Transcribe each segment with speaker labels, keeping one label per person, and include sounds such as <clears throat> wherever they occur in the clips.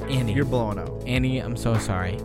Speaker 1: Annie.
Speaker 2: You're blowing out.
Speaker 1: Annie, I'm so sorry.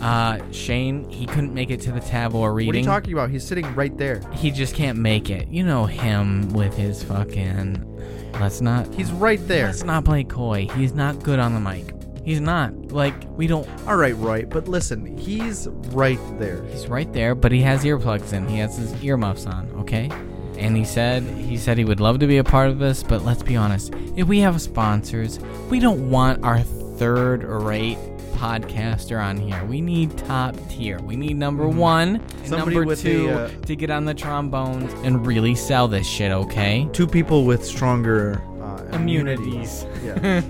Speaker 1: Uh, Shane, he couldn't make it to the Tavor reading.
Speaker 2: What are you talking about? He's sitting right there.
Speaker 1: He just can't make it. You know him with his fucking. Let's not.
Speaker 2: He's right there.
Speaker 1: Let's not play coy. He's not good on the mic. He's not. Like we don't.
Speaker 2: All right, Roy, but listen, he's right there.
Speaker 1: He's right there, but he has earplugs in. He has his earmuffs on. Okay. And he said he said he would love to be a part of this, but let's be honest. If we have sponsors, we don't want our third rate podcaster on here. We need top tier. We need number one, and
Speaker 2: Mm-hmm. Somebody
Speaker 1: number
Speaker 2: with
Speaker 1: two
Speaker 2: the, uh,
Speaker 1: to get on the trombones and really sell this shit. Okay.
Speaker 2: Two people with stronger uh,
Speaker 1: Immunities.
Speaker 2: Yeah.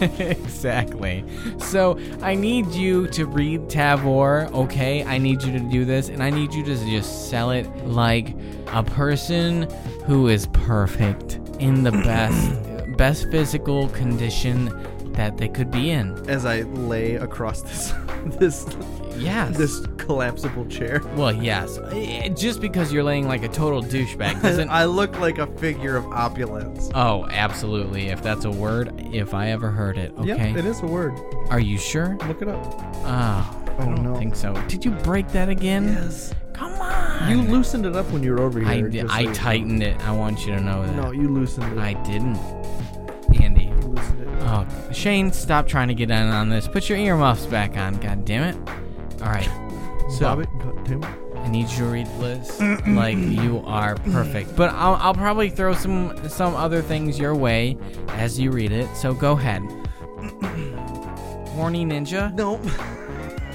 Speaker 1: <laughs> exactly. So I need you to read Tavor, okay? I need you to do this, and I need you to just sell it like a person who is perfect in
Speaker 2: <clears throat>
Speaker 1: the best best physical condition that they could be in.
Speaker 2: As I lay across this <laughs> this
Speaker 1: Yes.
Speaker 2: this collapsible chair.
Speaker 1: well, yes. Eh, Just because you're laying like a total
Speaker 2: <laughs>
Speaker 1: douchebag doesn't
Speaker 2: I look like a figure of opulence.
Speaker 1: Oh, absolutely. If that's a word, if I ever heard it, okay.
Speaker 2: Yep, it is a word.
Speaker 1: Are you sure?
Speaker 2: Look it up.
Speaker 1: Oh, I
Speaker 2: Oh,
Speaker 1: don't
Speaker 2: no.
Speaker 1: think so. Did you break that again?
Speaker 2: Yes.
Speaker 1: Come on.
Speaker 2: You loosened it up when you were over here.
Speaker 1: I, di-
Speaker 2: just
Speaker 1: I
Speaker 2: so you-
Speaker 1: tightened it. I want you to know that.
Speaker 2: No, you loosened it.
Speaker 1: I didn't. Andy.
Speaker 2: You loosened it.
Speaker 1: Oh, Shane, stop trying to get in on this. Put your earmuffs back on. God damn it. All right. So
Speaker 2: Bob it. God damn it.
Speaker 1: I need you to read this like you are perfect. But I'll, I'll probably throw some some other things your way as you read it. So go ahead. Horny ninja.
Speaker 2: <laughs> Nope.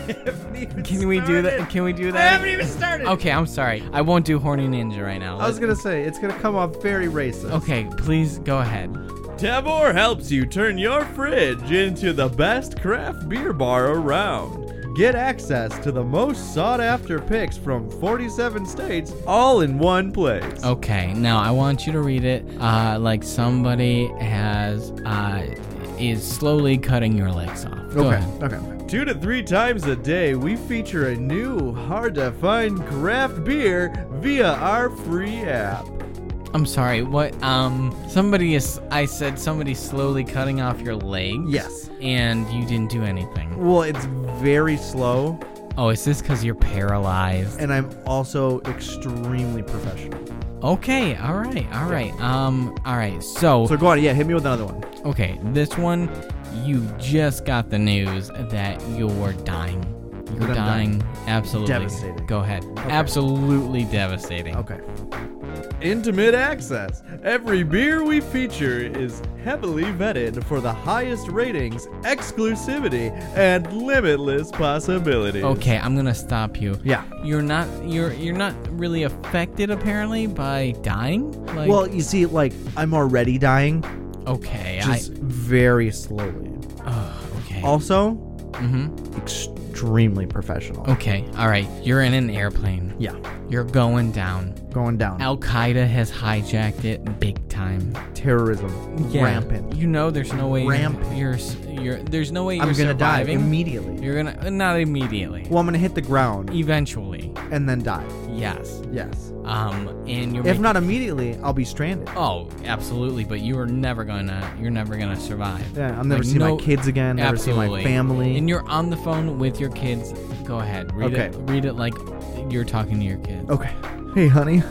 Speaker 2: I haven't even
Speaker 1: Can we do that?
Speaker 2: started.
Speaker 1: Can we do
Speaker 2: I
Speaker 1: that?
Speaker 2: haven't even started.
Speaker 1: Okay, I'm sorry. I won't do horny ninja right now.
Speaker 2: I was gonna say it's gonna come off very racist.
Speaker 1: Okay, please go ahead.
Speaker 3: Tavor helps you turn your fridge into the best craft beer bar around.
Speaker 2: Get access to the most sought after picks from 47 states all in one place.
Speaker 1: Okay, now I want you to read it uh, like somebody has uh, is slowly cutting your legs off. Go
Speaker 2: Okay.
Speaker 1: ahead.
Speaker 2: Okay.
Speaker 3: Two to three times a day, we feature a new, hard to find craft beer via our free app.
Speaker 1: I'm sorry. What? Um, somebody is. I said somebody slowly cutting off your legs.
Speaker 2: Yes.
Speaker 1: And you didn't do anything.
Speaker 2: Well, it's very slow,
Speaker 1: Oh, is this because you're paralyzed?
Speaker 2: and I'm also extremely professional.
Speaker 1: Okay. All right. All right. Um. All right. So.
Speaker 2: So go on, yeah, hit me with another one.
Speaker 1: Okay, this one, you just got the news that you're dying. You're
Speaker 2: That I'm
Speaker 1: dying.
Speaker 2: dying.
Speaker 1: Absolutely.
Speaker 2: Devastating.
Speaker 1: Go ahead. Absolutely devastating.
Speaker 2: Okay.
Speaker 3: Intimate access. Every beer we feature is heavily vetted for the highest ratings, exclusivity, and limitless possibilities.
Speaker 1: Okay, I'm gonna stop you.
Speaker 2: Yeah.
Speaker 1: You're not. You're. You're not really affected apparently by dying. Like,
Speaker 2: Well, you see, like, I'm already dying,
Speaker 1: okay.
Speaker 2: just very slowly.
Speaker 1: I. Oh, okay.
Speaker 2: Also,
Speaker 1: mm-hmm.
Speaker 2: extremely professional.
Speaker 1: Okay. All right. You're in an airplane.
Speaker 2: Yeah,
Speaker 1: You're going down.
Speaker 2: going down.
Speaker 1: Al Qaeda has hijacked it big time.
Speaker 2: Terrorism,
Speaker 1: Yeah.
Speaker 2: rampant.
Speaker 1: You know, there's no way
Speaker 2: Rampant.
Speaker 1: you're, you're you're there's no way you're
Speaker 2: I'm gonna
Speaker 1: surviving.
Speaker 2: die immediately.
Speaker 1: You're gonna uh, not immediately.
Speaker 2: Well, I'm gonna hit the ground
Speaker 1: Eventually,
Speaker 2: and then die.
Speaker 1: yes.
Speaker 2: Yes.
Speaker 1: Um, and you're
Speaker 2: If
Speaker 1: making-
Speaker 2: not immediately, I'll be stranded.
Speaker 1: Oh, absolutely. But you are never gonna. You're never gonna survive.
Speaker 2: Yeah, I'll never
Speaker 1: Like,
Speaker 2: see
Speaker 1: no-
Speaker 2: my kids again. Never
Speaker 1: absolutely.
Speaker 2: see my family.
Speaker 1: And you're on the phone with your kids. Go ahead. Read
Speaker 2: Okay.
Speaker 1: it. Read it like you're talking to your kids.
Speaker 2: okay. Hey, honey.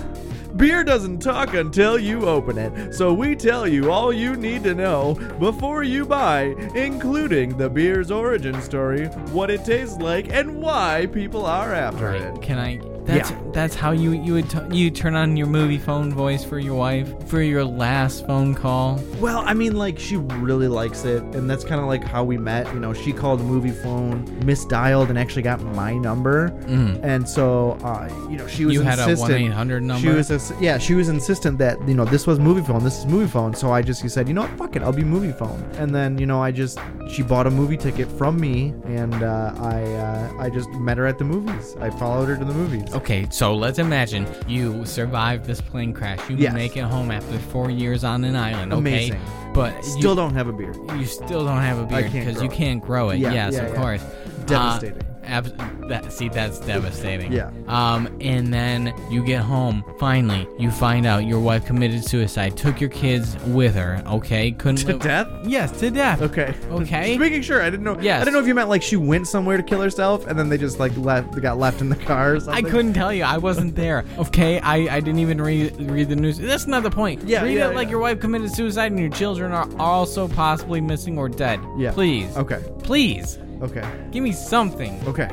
Speaker 3: Beer doesn't talk until you open it, so we tell you all you need to know before you buy, including the beer's origin story, what it tastes like, and why people are after
Speaker 1: Right.
Speaker 3: it.
Speaker 1: Can I? That's that's how you you would t- you turn on your movie phone voice for your wife for your last phone call.
Speaker 2: Well, I mean, like she really likes it, and that's kind of like how we met. You know, she called the movie phone, misdialed, and actually got my number.
Speaker 1: Mm.
Speaker 2: And so, uh, you know, she was
Speaker 1: You had a
Speaker 2: insistent.
Speaker 1: one eight hundred number.
Speaker 2: She was, ins- yeah, she was insistent that you know this was movie phone, this is movie phone. So I just said, you know what, fuck it, I'll be movie phone. And then you know, I just she bought a movie ticket from me, and uh, I uh, I just met her at the movies. I followed her to the movies.
Speaker 1: Okay, so let's imagine you survived this plane crash. You
Speaker 2: Yes.
Speaker 1: make it home after four years on an island. Okay,
Speaker 2: Amazing.
Speaker 1: but
Speaker 2: Still don't have a beer.
Speaker 1: you, you still don't have a
Speaker 2: I
Speaker 1: beard
Speaker 2: can't
Speaker 1: because
Speaker 2: grow
Speaker 1: you
Speaker 2: it.
Speaker 1: can't grow it.
Speaker 2: Yeah,
Speaker 1: yes,
Speaker 2: yeah,
Speaker 1: of
Speaker 2: yeah.
Speaker 1: course. Uh,
Speaker 2: Devastating.
Speaker 1: Ab- that, see, that's devastating.
Speaker 2: Yeah.
Speaker 1: Um, and then you get home. Finally, you find out your wife committed suicide, took your kids with her. Okay, couldn't
Speaker 2: to
Speaker 1: live-
Speaker 2: death.
Speaker 1: Yes, to death.
Speaker 2: Okay.
Speaker 1: Okay.
Speaker 2: Just making sure. I didn't know.
Speaker 1: Eh? Yes.
Speaker 2: I didn't know if you meant like she went somewhere to kill herself and then they just like left. Got left in the car. Or
Speaker 1: I
Speaker 2: something.
Speaker 1: couldn't tell you. I wasn't there. Okay, I, I didn't even read read the news. That's not the point.
Speaker 2: Yeah,
Speaker 1: read
Speaker 2: yeah,
Speaker 1: it like
Speaker 2: yeah.
Speaker 1: your wife committed suicide and your children are also possibly missing or dead.
Speaker 2: Yeah.
Speaker 1: Please.
Speaker 2: Okay.
Speaker 1: Please.
Speaker 2: Okay.
Speaker 1: Give me something.
Speaker 2: Okay.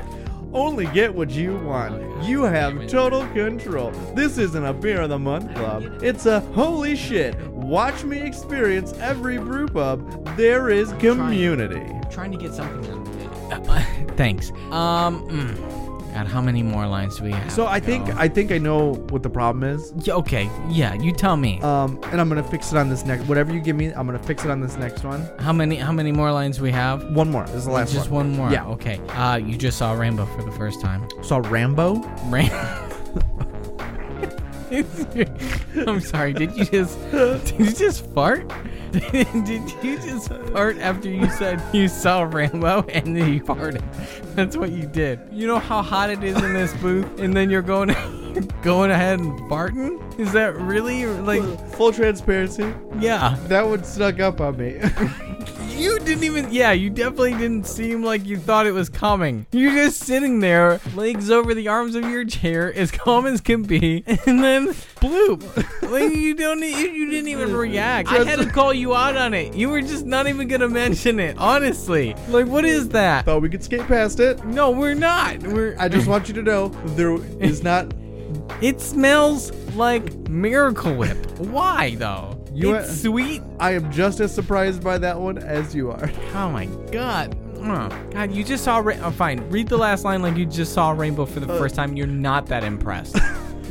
Speaker 4: Only get what you
Speaker 1: Oh,
Speaker 4: want. You have total control. This isn't a beer of the month club. It's a holy shit. Watch me experience every brew pub. There is community.
Speaker 1: I'm trying to get something done. Uh, <laughs> Thanks. Um. mm. God, how many more lines do we have?
Speaker 2: So I
Speaker 1: to
Speaker 2: think
Speaker 1: go?
Speaker 2: I think I know what the problem is.
Speaker 1: Yeah, okay. Yeah. You tell me.
Speaker 2: Um, and I'm gonna fix it on this next. Whatever you give me, I'm gonna fix it on this next one.
Speaker 1: how many How many more lines we have?
Speaker 2: One more. This is the last
Speaker 1: Just
Speaker 2: one.
Speaker 1: one more.
Speaker 2: Yeah.
Speaker 1: Okay. Uh, you just saw Rambo for the first time.
Speaker 2: Saw Rambo.
Speaker 1: Ram. <laughs> I'm sorry. Did you just did you just fart? <laughs> did you just fart after you said you saw Rambo and then you farted? That's what you did. You know how hot it is in this booth, and then you're going <laughs> going ahead and farting. Is that really like
Speaker 4: Full transparency.
Speaker 1: yeah?
Speaker 2: That one snuck up on me. <laughs>
Speaker 1: You didn't even, yeah, you definitely didn't seem like you thought it was coming. You're just sitting there, legs over the arms of your chair, as calm as can be, and then bloop. like you don't, e- you, you didn't even react. I had to call you out on it. You were just not even gonna mention it, honestly. Like, what is that?
Speaker 2: Thought we could skate past it.
Speaker 1: No, we're not. We're.
Speaker 2: I just want you to know there is not.
Speaker 1: it smells like Miracle Whip. Why though?
Speaker 2: You-
Speaker 1: it's sweet.
Speaker 2: I am just as surprised by that one as you are. <laughs>
Speaker 1: Oh my god. Oh, God, you just saw. Ra- oh, fine. Read the last line like you just saw Rainbow for
Speaker 2: Uh.
Speaker 1: the first time. You're not that
Speaker 2: <laughs>
Speaker 1: impressed.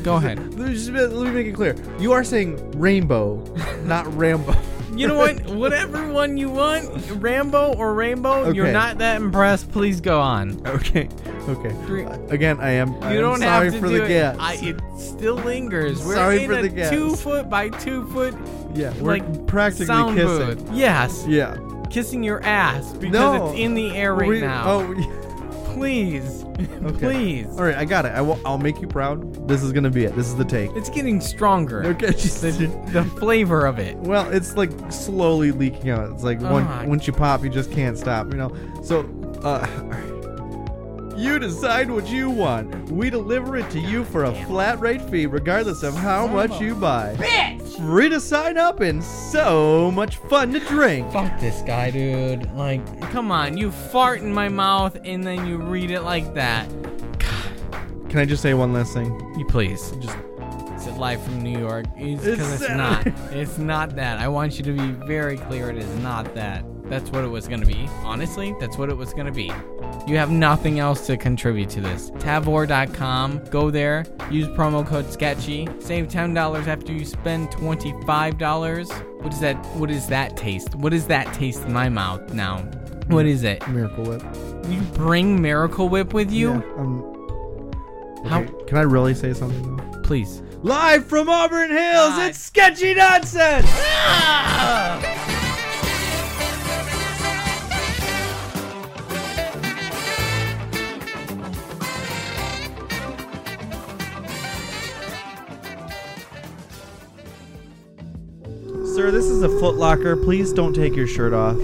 Speaker 1: Go ahead.
Speaker 2: Let me, just- let me make it clear. You are saying Rainbow, not Rambo. <laughs>
Speaker 1: You know what? Whatever one you want, Rambo or Rainbow, you're
Speaker 2: Okay.
Speaker 1: not that impressed. Please go on.
Speaker 2: Okay. Okay.
Speaker 1: Three-
Speaker 2: Again, I am. I
Speaker 1: You
Speaker 2: am
Speaker 1: don't
Speaker 2: sorry
Speaker 1: have to
Speaker 2: for
Speaker 1: do
Speaker 2: the
Speaker 1: it.
Speaker 2: gas.
Speaker 1: I, it still lingers. We're
Speaker 2: Sorry
Speaker 1: in
Speaker 2: for
Speaker 1: a
Speaker 2: the gas.
Speaker 1: two foot by two foot,
Speaker 2: yeah, we're
Speaker 1: like
Speaker 2: practically
Speaker 1: sound
Speaker 2: kissing.
Speaker 1: booth. Yes,
Speaker 2: Yeah.
Speaker 1: kissing your ass because
Speaker 2: No.
Speaker 1: it's in the air right
Speaker 2: We-
Speaker 1: now.
Speaker 2: Oh, yeah.
Speaker 1: Please,
Speaker 2: <laughs> Okay.
Speaker 1: please.
Speaker 2: all right. I got it. I will. I'll make you proud. This is gonna be it. This is the take.
Speaker 1: It's getting stronger.
Speaker 2: Okay. <laughs> just-
Speaker 1: The flavor of it.
Speaker 2: well, it's like slowly leaking out. It's like one,
Speaker 1: Ah.
Speaker 2: once you pop, you just can't stop. You know. So, uh,
Speaker 4: You decide what you want. We deliver it to you for a flat rate fee, regardless of how much you buy. Free to sign up and so much fun to drink.
Speaker 1: Fuck this guy, dude. Like, come on, you fart in my mouth and then you read it like that.
Speaker 2: can I just say one last thing?
Speaker 1: You please.
Speaker 2: Just
Speaker 1: Is it live from New York? It's
Speaker 4: It's
Speaker 1: because it's not.
Speaker 4: Saturday.
Speaker 1: It's not that. I want you to be very clear. It is not that. That's what it was gonna be. Honestly, that's what it was gonna be. You have nothing else to contribute to this. Tavor.com. Go there. Use promo code Sketchy. Save ten dollars after you spend twenty-five dollars. What is that? What is that taste? What is that taste in my mouth now? What is it?
Speaker 2: Miracle Whip.
Speaker 1: You bring Miracle Whip with you?
Speaker 2: Yeah, um,
Speaker 1: How?
Speaker 2: okay, Can I really say something? Though?
Speaker 1: Please.
Speaker 4: Live from Auburn Hills,
Speaker 1: God.
Speaker 4: it's Sketchy Nonsense! Sir, this is a Foot Locker. Please don't take your shirt off.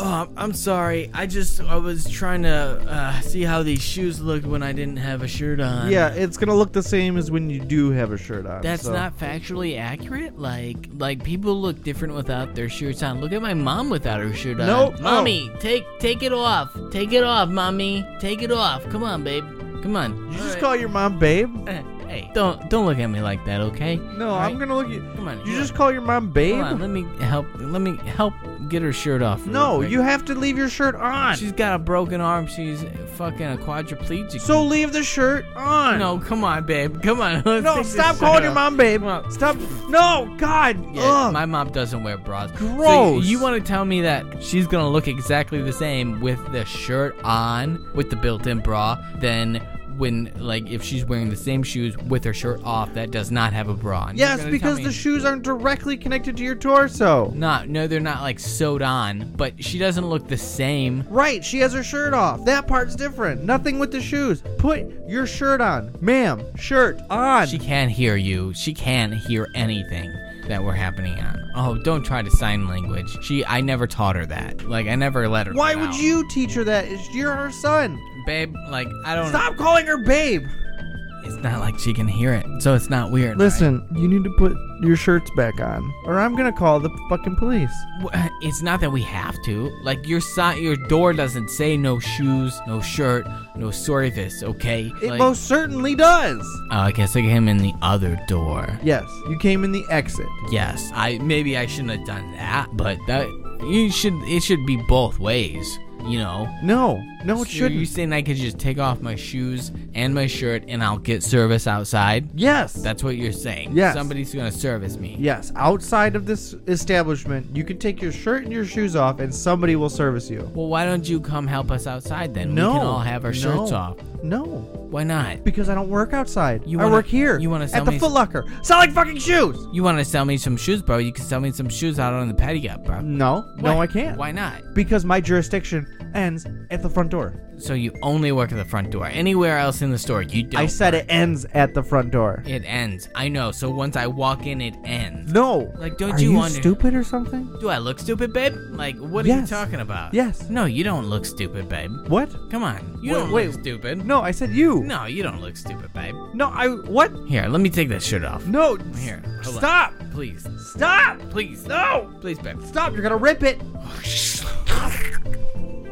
Speaker 1: Oh, I'm sorry. I just I was trying to uh, see how these shoes looked when I didn't have a shirt on.
Speaker 2: Yeah, it's gonna look the same as when you do have a shirt on.
Speaker 1: That's
Speaker 2: so-
Speaker 1: not factually accurate. Like, like people look different without their shirts on. Look at my mom without her shirt on.
Speaker 2: Nope. Oh.
Speaker 1: mommy, take take it off. Take it off, mommy. Take it off. Come on, babe. Come on. Uh,
Speaker 2: You just call your mom, babe.
Speaker 1: Hey, don't don't look at me like that, okay?
Speaker 2: No,
Speaker 1: All
Speaker 2: I'm
Speaker 1: right?
Speaker 2: gonna look. At,
Speaker 1: Come on.
Speaker 2: you just call your mom, babe.
Speaker 1: Hold on, let me help. Let me help get her shirt off. real
Speaker 2: no,
Speaker 1: quick.
Speaker 2: you have to leave your shirt on.
Speaker 1: She's got a broken arm. She's fucking a quadriplegic.
Speaker 2: so leave the shirt on.
Speaker 1: no, come on, babe. Come on. <laughs> let's
Speaker 2: no,
Speaker 1: take this
Speaker 2: stop
Speaker 1: shirt
Speaker 2: calling your
Speaker 1: off.
Speaker 2: mom, babe.
Speaker 1: Come on.
Speaker 2: <laughs> Stop. No, God.
Speaker 1: Yeah,
Speaker 2: Ugh.
Speaker 1: my mom doesn't wear bras. So
Speaker 2: Gross.
Speaker 1: you want to tell me that she's gonna look exactly the same with the shirt on, with the built-in bra, than when like if she's wearing the same shoes with her shirt off that does not have a bra. And you're
Speaker 2: Yes,
Speaker 1: gonna tell
Speaker 2: because
Speaker 1: me-
Speaker 2: the shoes aren't directly connected to your torso.
Speaker 1: Not no, they're not like sewed on, but she doesn't look the same.
Speaker 2: Right, she has her shirt off. That part's different. Nothing with the shoes. Put your shirt on. Ma'am, shirt on.
Speaker 1: She can't hear you. She can't hear anything that we're happening on. Oh, don't try to sign language. She, I never taught her that. Like I never let her.
Speaker 2: Why
Speaker 1: that
Speaker 2: would
Speaker 1: out.
Speaker 2: you teach her that? It's- You're her son.
Speaker 1: babe? Like I don't.
Speaker 2: Stop calling her babe.
Speaker 1: It's not like she can hear it, so it's not weird.
Speaker 2: Listen, you need to put your shirts back on, or I'm gonna call the fucking police.
Speaker 1: right? W- uh, it's not that we have to. Like your si- your door doesn't say no shoes, no shirt, no service. Okay.
Speaker 2: It
Speaker 1: Like,
Speaker 2: most certainly does.
Speaker 1: Uh, I guess I came in the other door.
Speaker 2: Yes, you came in the exit.
Speaker 1: Yes, I maybe I shouldn't have done that, but that you should. It should be both ways. You know.
Speaker 2: No, no, it
Speaker 1: So You
Speaker 2: shouldn't.
Speaker 1: saying I could just take off my shoes and my shirt and I'll get service outside?
Speaker 2: Yes.
Speaker 1: That's what you're saying.
Speaker 2: Yes.
Speaker 1: Somebody's gonna service me.
Speaker 2: Yes, outside of this establishment, you can take your shirt and your shoes off, and somebody will service you.
Speaker 1: Well, why don't you come help us outside then?
Speaker 2: no,
Speaker 1: We can all have our shirts
Speaker 2: no,
Speaker 1: off.
Speaker 2: No,
Speaker 1: Why not?
Speaker 2: because I don't work outside.
Speaker 1: You
Speaker 2: I
Speaker 1: wanna-
Speaker 2: work here.
Speaker 1: you wanna sell
Speaker 2: at the
Speaker 1: me
Speaker 2: Foot
Speaker 1: some-
Speaker 2: Locker selling fucking shoes?
Speaker 1: You want to sell me some shoes, bro? You can sell me some shoes out on the pedicab, bro.
Speaker 2: No, no,
Speaker 1: Why-
Speaker 2: I can't.
Speaker 1: Why not?
Speaker 2: Because my jurisdiction ends at the front door.
Speaker 1: So you only work at the front door. Anywhere else in the store, you don't.
Speaker 2: I said it ends at the front door.
Speaker 1: It ends. I know. So once I walk in, it ends.
Speaker 2: No.
Speaker 1: Like, don't
Speaker 2: Are
Speaker 1: you
Speaker 2: you
Speaker 1: under-
Speaker 2: stupid or something?
Speaker 1: Do I look stupid, babe? Like, what are you
Speaker 2: Yes.
Speaker 1: talking about?
Speaker 2: Yes.
Speaker 1: No, you don't look stupid, babe.
Speaker 2: What?
Speaker 1: Come on. You
Speaker 2: Wait,
Speaker 1: don't
Speaker 2: wait.
Speaker 1: look stupid.
Speaker 2: No, I said you.
Speaker 1: No, you don't look stupid, babe.
Speaker 2: No, I. What?
Speaker 1: Here, let me take that shirt off.
Speaker 2: No.
Speaker 1: Here,
Speaker 2: s-
Speaker 1: hold on.
Speaker 2: Stop. Ah!
Speaker 1: Please.
Speaker 2: Stop.
Speaker 1: Please.
Speaker 2: No.
Speaker 1: Please, babe.
Speaker 2: Stop. You're gonna rip it.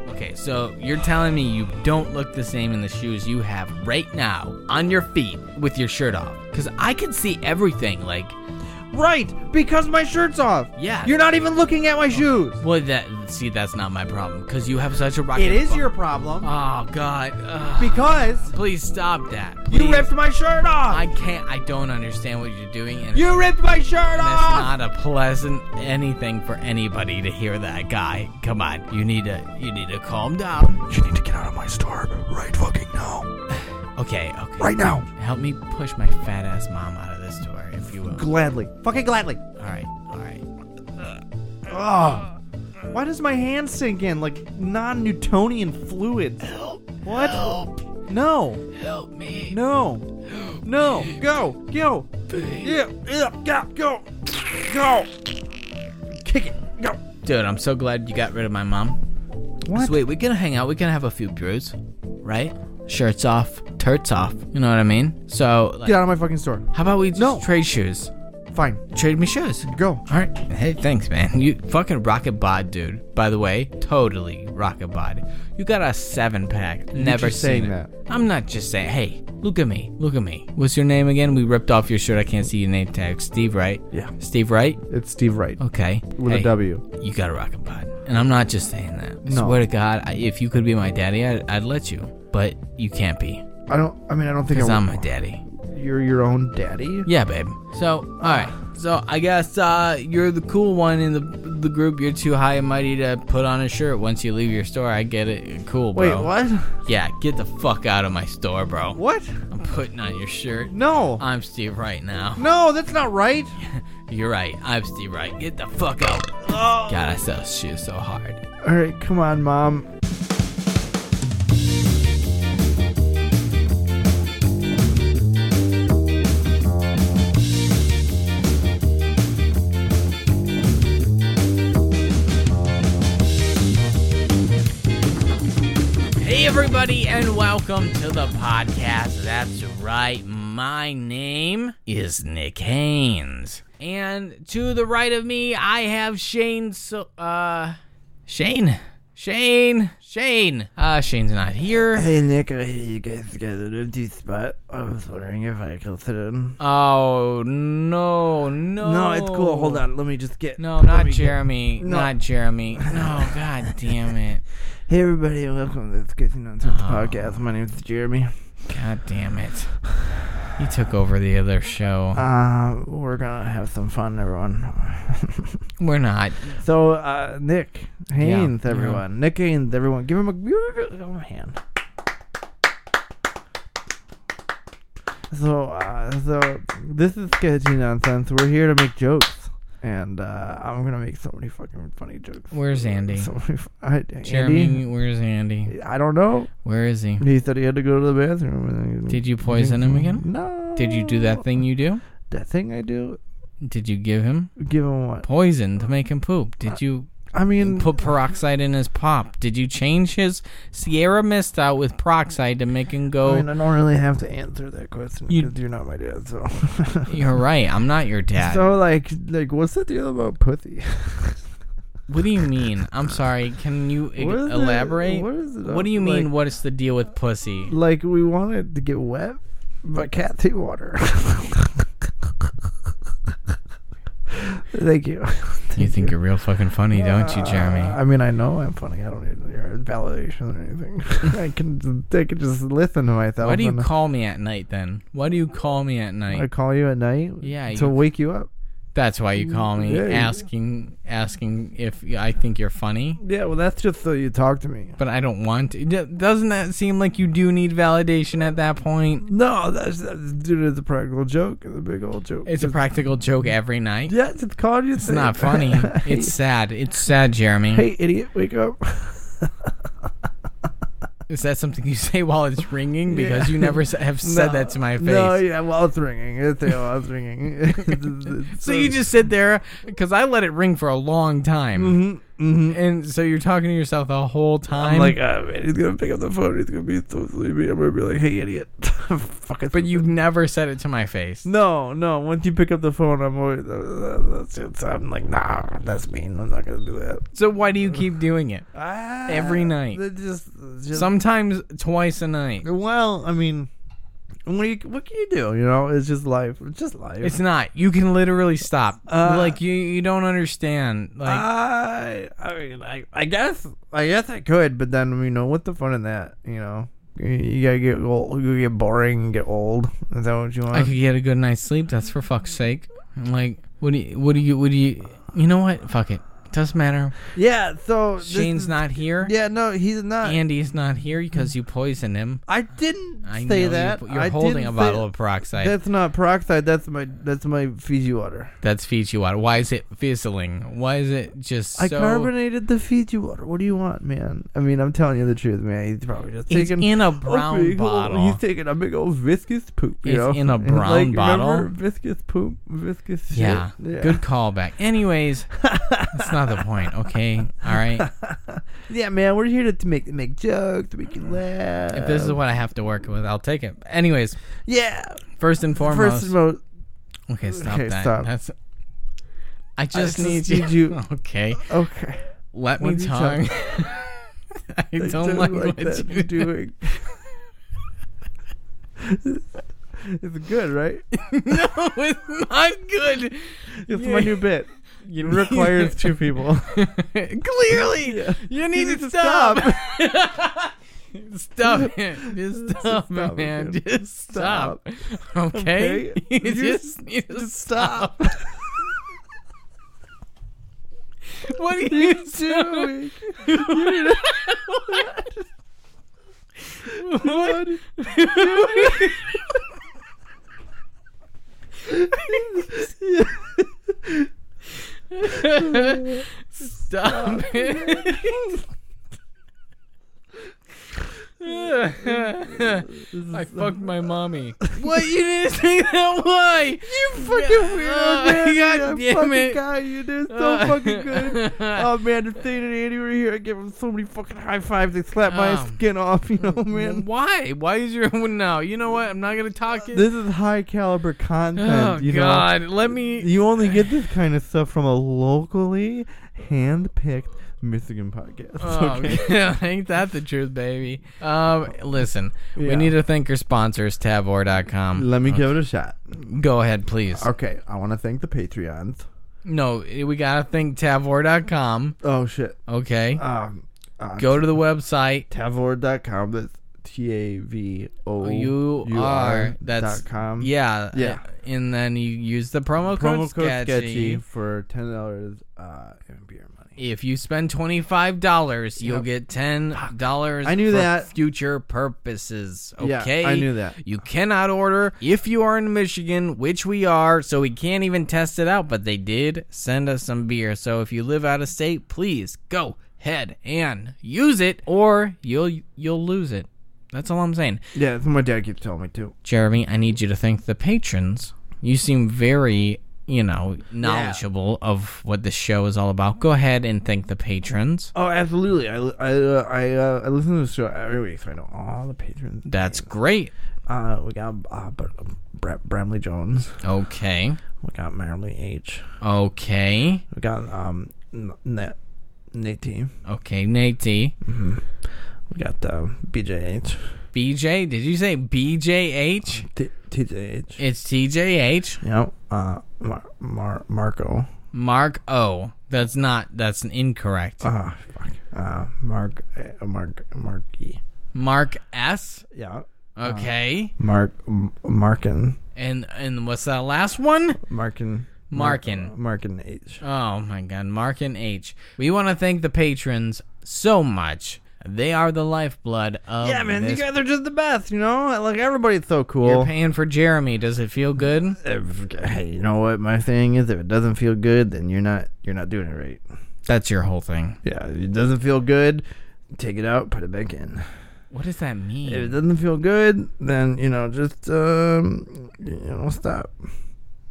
Speaker 1: Okay, so you're telling me you don't look the same in the shoes you have right now on your feet with your shirt off. Because I can see everything. Like,
Speaker 2: Right. Because my shirt's off.
Speaker 1: Yeah.
Speaker 2: You're not even looking at my shoes.
Speaker 1: well, that, see, that's not my problem. Because you have such a rocket.
Speaker 2: It is
Speaker 1: bu-
Speaker 2: your problem.
Speaker 1: Oh, God. Ugh.
Speaker 2: Because
Speaker 1: Please stop that.
Speaker 2: you
Speaker 1: Please.
Speaker 2: ripped my shirt off.
Speaker 1: I can't. I don't understand what you're doing. And
Speaker 2: You ripped my shirt
Speaker 1: That's
Speaker 2: off.
Speaker 1: not a pleasant anything for anybody to hear that guy. Come on, you need to you need to calm down.
Speaker 2: You need to get out of my store right fucking now.
Speaker 1: Okay, okay.
Speaker 2: Right now.
Speaker 1: Help me push my fat ass mom out of this door, if you will.
Speaker 2: Gladly. Fucking gladly.
Speaker 1: All right, all right.
Speaker 2: Ugh. Why does my hand sink in like non-Newtonian fluids?
Speaker 1: <gasps>
Speaker 2: What? No.
Speaker 1: Help me.
Speaker 2: No. No. Go. Go. Yeah. Yeah. Go. Go. Go. Kick it. Go.
Speaker 1: Dude, I'm so glad you got rid of my mom.
Speaker 2: What?
Speaker 1: Sweet, we can hang out. We can have a few brews, right? Shirts off, turts off. You know what I mean? So, like,
Speaker 2: Get out of my fucking store.
Speaker 1: how about we just
Speaker 2: No.
Speaker 1: trade shoes?
Speaker 2: Fine.
Speaker 1: Trade me shoes.
Speaker 2: Go.
Speaker 1: All right. Hey, thanks, man. You fucking rocket bod, dude. By the way, totally rocket bod. You got a seven pack. Never
Speaker 2: just
Speaker 1: seen
Speaker 2: saying
Speaker 1: it.
Speaker 2: that.
Speaker 1: I'm not just saying. Hey, look at me. Look at me. What's your name again? We ripped off your shirt. I can't see your name tag. Steve Wright.
Speaker 2: Yeah.
Speaker 1: Steve Wright.
Speaker 2: It's Steve Wright
Speaker 1: Okay.
Speaker 2: with a
Speaker 1: Hey,
Speaker 2: W.
Speaker 1: You got a rocket bod, and I'm not just saying that. I
Speaker 2: No.
Speaker 1: Swear to God, I, if you could be my daddy, I'd, I'd let you. But you can't be,
Speaker 2: I don't. I mean, I don't think
Speaker 1: cause
Speaker 2: I.
Speaker 1: I'm
Speaker 2: would-
Speaker 1: my daddy.
Speaker 2: You're your own daddy.
Speaker 1: Yeah, babe. So, all right. So I guess uh, you're the cool one in the the group. You're too high and mighty to put on a shirt once you leave your store. I get it. Cool,
Speaker 2: Wait.
Speaker 1: bro.
Speaker 2: What?
Speaker 1: Yeah, get the fuck out of my store, bro.
Speaker 2: What?
Speaker 1: I'm putting on your shirt.
Speaker 2: No.
Speaker 1: I'm Steve Wright now.
Speaker 2: No, that's not right.
Speaker 1: You're right. I'm Steve Wright. Get the fuck out. God, I sell shoes so hard.
Speaker 2: All right. Come on, mom.
Speaker 1: Hey, everybody, and welcome to the podcast. That's right. My name is Nick Haynes. And to the right of me, I have Shane. So, uh, Shane. Shane. Shane. Uh, Shane's not here.
Speaker 5: Hey Nick, I hear you guys together in a empty spot. I was wondering if I could fit in.
Speaker 1: Oh, no, no.
Speaker 5: No, it's cool. Hold on, let me just get.
Speaker 1: No,
Speaker 5: let
Speaker 1: not
Speaker 5: me get-
Speaker 1: Jeremy.
Speaker 5: No.
Speaker 1: Not Jeremy. No, god damn it.
Speaker 5: Hey everybody, welcome to this Crazy Nonsense
Speaker 1: Ah.
Speaker 5: podcast. My name's Jeremy.
Speaker 1: God damn it. He took over the other show.
Speaker 5: Uh, we're gonna have some fun,
Speaker 2: <laughs>
Speaker 5: everyone.
Speaker 1: We're not.
Speaker 5: so, uh, Nick Haynes,
Speaker 1: Yeah.
Speaker 5: everyone. Nick Haynes, everyone. Give him a, give him a hand.
Speaker 2: So, uh, so this is sketchy nonsense. We're here to make jokes, and uh, I'm gonna make so many fucking funny jokes.
Speaker 1: Where's Andy?
Speaker 2: So many fu- <laughs> I, Andy?
Speaker 1: Jeremy, where's Andy?
Speaker 2: I don't know.
Speaker 1: Where is he?
Speaker 2: He said he had to go to the bathroom. And
Speaker 1: Did you poison him again?
Speaker 2: No.
Speaker 1: Did you do that thing you do?
Speaker 2: That thing I do?
Speaker 1: Did you give him
Speaker 2: Give him what?
Speaker 1: poison to make him poop? Did you
Speaker 2: I mean,
Speaker 1: put peroxide in his pop? Did you change his Sierra Mist out with peroxide to make him
Speaker 2: I mean,
Speaker 1: go?
Speaker 2: I don't really have to answer that question
Speaker 1: You-
Speaker 2: because you, are not my
Speaker 1: <laughs>
Speaker 2: dad. So,
Speaker 1: You're right. I'm not your dad.
Speaker 2: so like, like, what's the deal about pussy? <laughs>
Speaker 1: what do you mean? I'm sorry. Can you e-
Speaker 2: What is it-
Speaker 1: elaborate?
Speaker 2: what is it
Speaker 1: What do you
Speaker 2: like-
Speaker 1: mean? What is the deal with pussy?
Speaker 2: Like, we wanted to get wet, but cats hate water. <laughs> Thank you.
Speaker 1: You think you're real fucking funny, don't you,
Speaker 2: Uh,
Speaker 1: Jeremy?
Speaker 2: I mean, I know I'm funny. I don't need your validation
Speaker 1: <laughs>
Speaker 2: or anything. I can, I can just listen to myself.
Speaker 1: Why do you
Speaker 2: and
Speaker 1: call me at night then? Why do you call me at
Speaker 2: I
Speaker 1: night?
Speaker 2: call you at night
Speaker 1: Yeah,
Speaker 2: to
Speaker 1: you-
Speaker 2: wake you up.
Speaker 1: That's why you call me
Speaker 2: Yeah, you-
Speaker 1: asking asking if I think you're funny.
Speaker 2: Yeah, well, that's just so you talk to me.
Speaker 1: But I don't want to. D- Doesn't that seem like you do need validation at that point?
Speaker 2: No, that's, that's dude, it's a practical joke. It's a big old joke.
Speaker 1: It's a practical joke every night.
Speaker 2: yeah, it's called you.
Speaker 1: It's
Speaker 2: <laughs>
Speaker 1: not funny. It's sad. It's sad, Jeremy.
Speaker 2: hey, idiot, wake up.
Speaker 1: Is that something you say while it's ringing? Because you never s- have <laughs> said
Speaker 2: <laughs> No.
Speaker 1: that to my face.
Speaker 2: No, yeah, well, it's ringing. It's, yeah, it's
Speaker 1: <laughs>
Speaker 2: ringing. <laughs> It's- it's-
Speaker 1: So you just sit there because I let it ring for a long time,
Speaker 2: Mhm, mhm.
Speaker 1: and so you're talking to yourself the whole time.
Speaker 2: I'm like, oh, man, he's gonna pick up the phone. He's gonna be so sleepy. I'm gonna be like, hey, idiot. <laughs> Fucking.
Speaker 1: but you've never said it to my face.
Speaker 2: No, no. Once you pick up the phone, I'm always. Uh, that's it's, I'm like, nah, that's mean. I'm not gonna do that.
Speaker 1: So why do you keep doing it?
Speaker 2: Ah,
Speaker 1: Every night.
Speaker 2: that Just, just
Speaker 1: Sometimes twice a night.
Speaker 2: Well, I mean, what, do you, what can you do? You know, it's just life. It's just life.
Speaker 1: It's not. You can literally stop.
Speaker 2: Uh,
Speaker 1: like you, you don't understand. Like
Speaker 2: I, I mean, I, I guess, I guess I could, but then you know, what the fun in that? You know, you, you gotta get old, you get boring, and get old. Is that what you want?
Speaker 1: I could get a good night's sleep. That's for fuck's sake. I'm like, what do you, what do you, what do you, you know what? Fuck it. Doesn't matter.
Speaker 2: yeah. So this
Speaker 1: Shane's
Speaker 2: is-
Speaker 1: not here.
Speaker 2: Yeah, no, he's not.
Speaker 1: Andy's not here because you poisoned him.
Speaker 2: I didn't
Speaker 1: I
Speaker 2: say
Speaker 1: know
Speaker 2: that.
Speaker 1: You, you're
Speaker 2: I
Speaker 1: holding
Speaker 2: didn't
Speaker 1: a
Speaker 2: say-
Speaker 1: bottle of peroxide.
Speaker 2: That's not peroxide. That's my that's my Fiji water.
Speaker 1: That's Fiji water. Why is it fizzling? Why is it just so?
Speaker 2: I carbonated the Fiji water. What do you want, man? I mean, I'm telling you the truth, man. He's probably just
Speaker 1: it's
Speaker 2: taking
Speaker 1: in a
Speaker 2: a
Speaker 1: brown
Speaker 2: big ol-
Speaker 1: bottle.
Speaker 2: he's taking a big old viscous poop. You
Speaker 1: It's
Speaker 2: know?
Speaker 1: in a brown
Speaker 2: <laughs> like,
Speaker 1: bottle?
Speaker 2: Remember viscous poop, viscous. shit?
Speaker 1: yeah.
Speaker 2: yeah.
Speaker 1: Good callback. Anyways, that's not the point. Okay. All right.
Speaker 2: Yeah, man. We're here to, to make make jokes, to make you laugh.
Speaker 1: If this is what I have to work with, I'll take it. Anyways,
Speaker 2: yeah.
Speaker 1: first and foremost.
Speaker 2: First and most,
Speaker 1: Okay, stop
Speaker 2: Okay,
Speaker 1: that.
Speaker 2: stop.
Speaker 1: That's. I just, <laughs>
Speaker 2: just
Speaker 1: need,
Speaker 2: need
Speaker 1: you.
Speaker 2: you-
Speaker 1: Okay,
Speaker 2: okay.
Speaker 1: let me
Speaker 2: What are you
Speaker 1: talk.
Speaker 2: talking-
Speaker 1: <laughs> I don't, like, what
Speaker 2: that
Speaker 1: you
Speaker 2: you're doing. <laughs> it's good, right?
Speaker 1: <laughs> no, it's not good.
Speaker 2: It's
Speaker 1: Yeah.
Speaker 2: my new bit.
Speaker 1: <laughs> You
Speaker 2: It requires two
Speaker 1: <laughs>
Speaker 2: people.
Speaker 1: Clearly, <laughs> you need to stop. <laughs> Stop <laughs> it. Just stop,
Speaker 2: stop it,
Speaker 1: man.
Speaker 2: dude.
Speaker 1: Just stop. Okay?
Speaker 2: Okay?
Speaker 1: <laughs> You
Speaker 2: You
Speaker 1: just need to stop. <laughs> what <laughs> are you
Speaker 2: you
Speaker 1: doing? <laughs>
Speaker 2: doing?
Speaker 1: What? Stop it. I fucked my mommy. What? You didn't say that? Why? You
Speaker 2: fucking weirdo, man.
Speaker 1: Oh, God
Speaker 2: Yeah,
Speaker 1: damn
Speaker 2: fucking
Speaker 1: it.
Speaker 2: guy, you did so
Speaker 1: <laughs>
Speaker 2: fucking good. Oh man, if Thane and Andy were here, I give them so many fucking high fives. They slap my
Speaker 1: Um,
Speaker 2: skin off, you know, man.
Speaker 1: Why? Why is your <laughs> no? You know what? I'm not gonna talk it.
Speaker 2: This is high caliber content,
Speaker 1: oh
Speaker 2: you know.
Speaker 1: God! Let me.
Speaker 2: You only get this kind of stuff from a locally hand-picked Michigan podcast.
Speaker 1: Oh,
Speaker 2: okay.
Speaker 1: <laughs> yeah, ain't that the truth, baby? Um, listen, we
Speaker 2: Yeah.
Speaker 1: need to thank our sponsors, Tavor.com.
Speaker 2: Let me give it a shot.
Speaker 1: Uh, Go ahead, please.
Speaker 2: Okay, I want to thank the Patreons.
Speaker 1: No, we gotta thank Tavor.com.
Speaker 2: Oh shit.
Speaker 1: Okay,
Speaker 2: Um, uh,
Speaker 1: go to the website.
Speaker 2: Tavor.com. That's T A V O
Speaker 1: Oh, You are. That's-
Speaker 2: dot com.
Speaker 1: Yeah,
Speaker 2: Um, Yeah.
Speaker 1: and then you use the promo code,
Speaker 2: Promo code sketchy,
Speaker 1: sketchy.
Speaker 2: for ten dollars uh in beer money.
Speaker 1: If you spend twenty five dollars, you'll get ten dollars.
Speaker 6: I knew
Speaker 1: for
Speaker 6: that.
Speaker 1: future purposes.
Speaker 6: Yeah,
Speaker 1: Okay,
Speaker 6: I knew that.
Speaker 1: You cannot order if you are in Michigan, which we are, so we can't even test it out. But they did send us some beer, so if you live out of state, please go ahead and use it, or you'll you'll lose it. That's all I'm saying.
Speaker 2: Yeah, that's what my dad keeps telling me too.
Speaker 1: Jeremy, I need you to thank the patrons. You seem very, you know, knowledgeable of what this show is all about. Go ahead and thank the patrons.
Speaker 2: Oh, absolutely. I I uh, I, uh, I listen to the show every week, so I know all the patrons.
Speaker 1: That's great.
Speaker 2: Uh, we got uh, Br- Br- Bramley Jones.
Speaker 1: Okay.
Speaker 2: We got Marilyn H.
Speaker 1: Okay.
Speaker 2: We got um N- Nat Nate T.
Speaker 1: Okay, Nate. D.
Speaker 2: We got uh, BJH.
Speaker 1: BJ, did you say BJH?
Speaker 2: T- TJH.
Speaker 1: It's TJH.
Speaker 2: Yep. Uh, Mar- Mar- Marco.
Speaker 1: Mark O. That's not, that's incorrect.
Speaker 2: Uh, fuck. Uh, Mark. Uh, Mark. Mark E.
Speaker 1: Mark S.
Speaker 2: Yeah.
Speaker 1: Okay.
Speaker 2: Mark. M- Markin.
Speaker 1: And and what's that last one?
Speaker 2: Markin.
Speaker 1: Markin.
Speaker 2: Markin H.
Speaker 1: Oh my God, Mark and H. We want to thank the patrons so much. They are the lifeblood of
Speaker 2: Yeah, man, you
Speaker 1: this.
Speaker 2: guys are just the best. You know, like everybody's so cool.
Speaker 1: You're paying for Jeremy. Does it feel good?
Speaker 2: If- hey, you know what my thing is? If it doesn't feel good, then you're not you're not doing it right.
Speaker 1: That's your whole thing.
Speaker 2: Yeah, if it doesn't feel good, take it out, put it back in.
Speaker 1: What does that
Speaker 2: If it
Speaker 1: mean?
Speaker 2: doesn't feel good, then you know just um you know stop.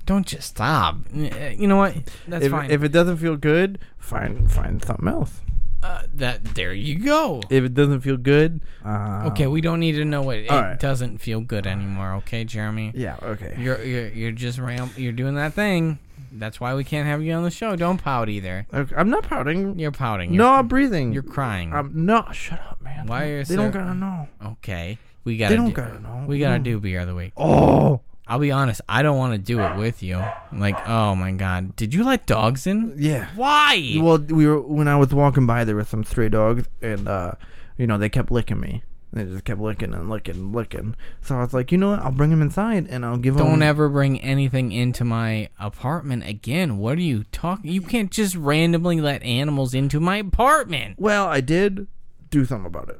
Speaker 1: Don't just stop. Eh, You know what? That's
Speaker 2: if,
Speaker 1: fine.
Speaker 2: if it doesn't feel good, find find something else.
Speaker 1: uh, that there you go.
Speaker 2: If it doesn't feel good, uh,
Speaker 1: Okay, we don't need to know what it
Speaker 2: All right.
Speaker 1: doesn't feel good anymore. Okay, Jeremy.
Speaker 2: Yeah, okay.
Speaker 1: You're you're you're just ramp. You're doing that thing. That's why we can't have you on the show. Don't pout either.
Speaker 2: okay. I'm not pouting.
Speaker 1: You're pouting. You're,
Speaker 2: no, Um, I'm breathing.
Speaker 1: you're crying.
Speaker 2: I'm no. Shut up, man.
Speaker 1: Why are
Speaker 2: they don't
Speaker 1: cer-
Speaker 2: gotta know?
Speaker 1: Okay. We gotta
Speaker 2: They don't
Speaker 1: do,
Speaker 2: gotta Mm. know.
Speaker 1: we gotta do beer of the week.
Speaker 2: Oh.
Speaker 1: I'll be honest, I don't wanna do it with you. I'm like, oh my god. Did you let dogs in?
Speaker 2: Yeah.
Speaker 1: Why?
Speaker 2: Well, we were when I was walking by, there were some stray dogs, and uh, you know they kept licking me. They just kept licking and licking, licking. So I was like, you know what? I'll bring them inside and I'll give them.
Speaker 1: Don't ever bring anything into my apartment again. What are you talking? You can't just randomly let animals into my apartment.
Speaker 2: well, I did do something about it.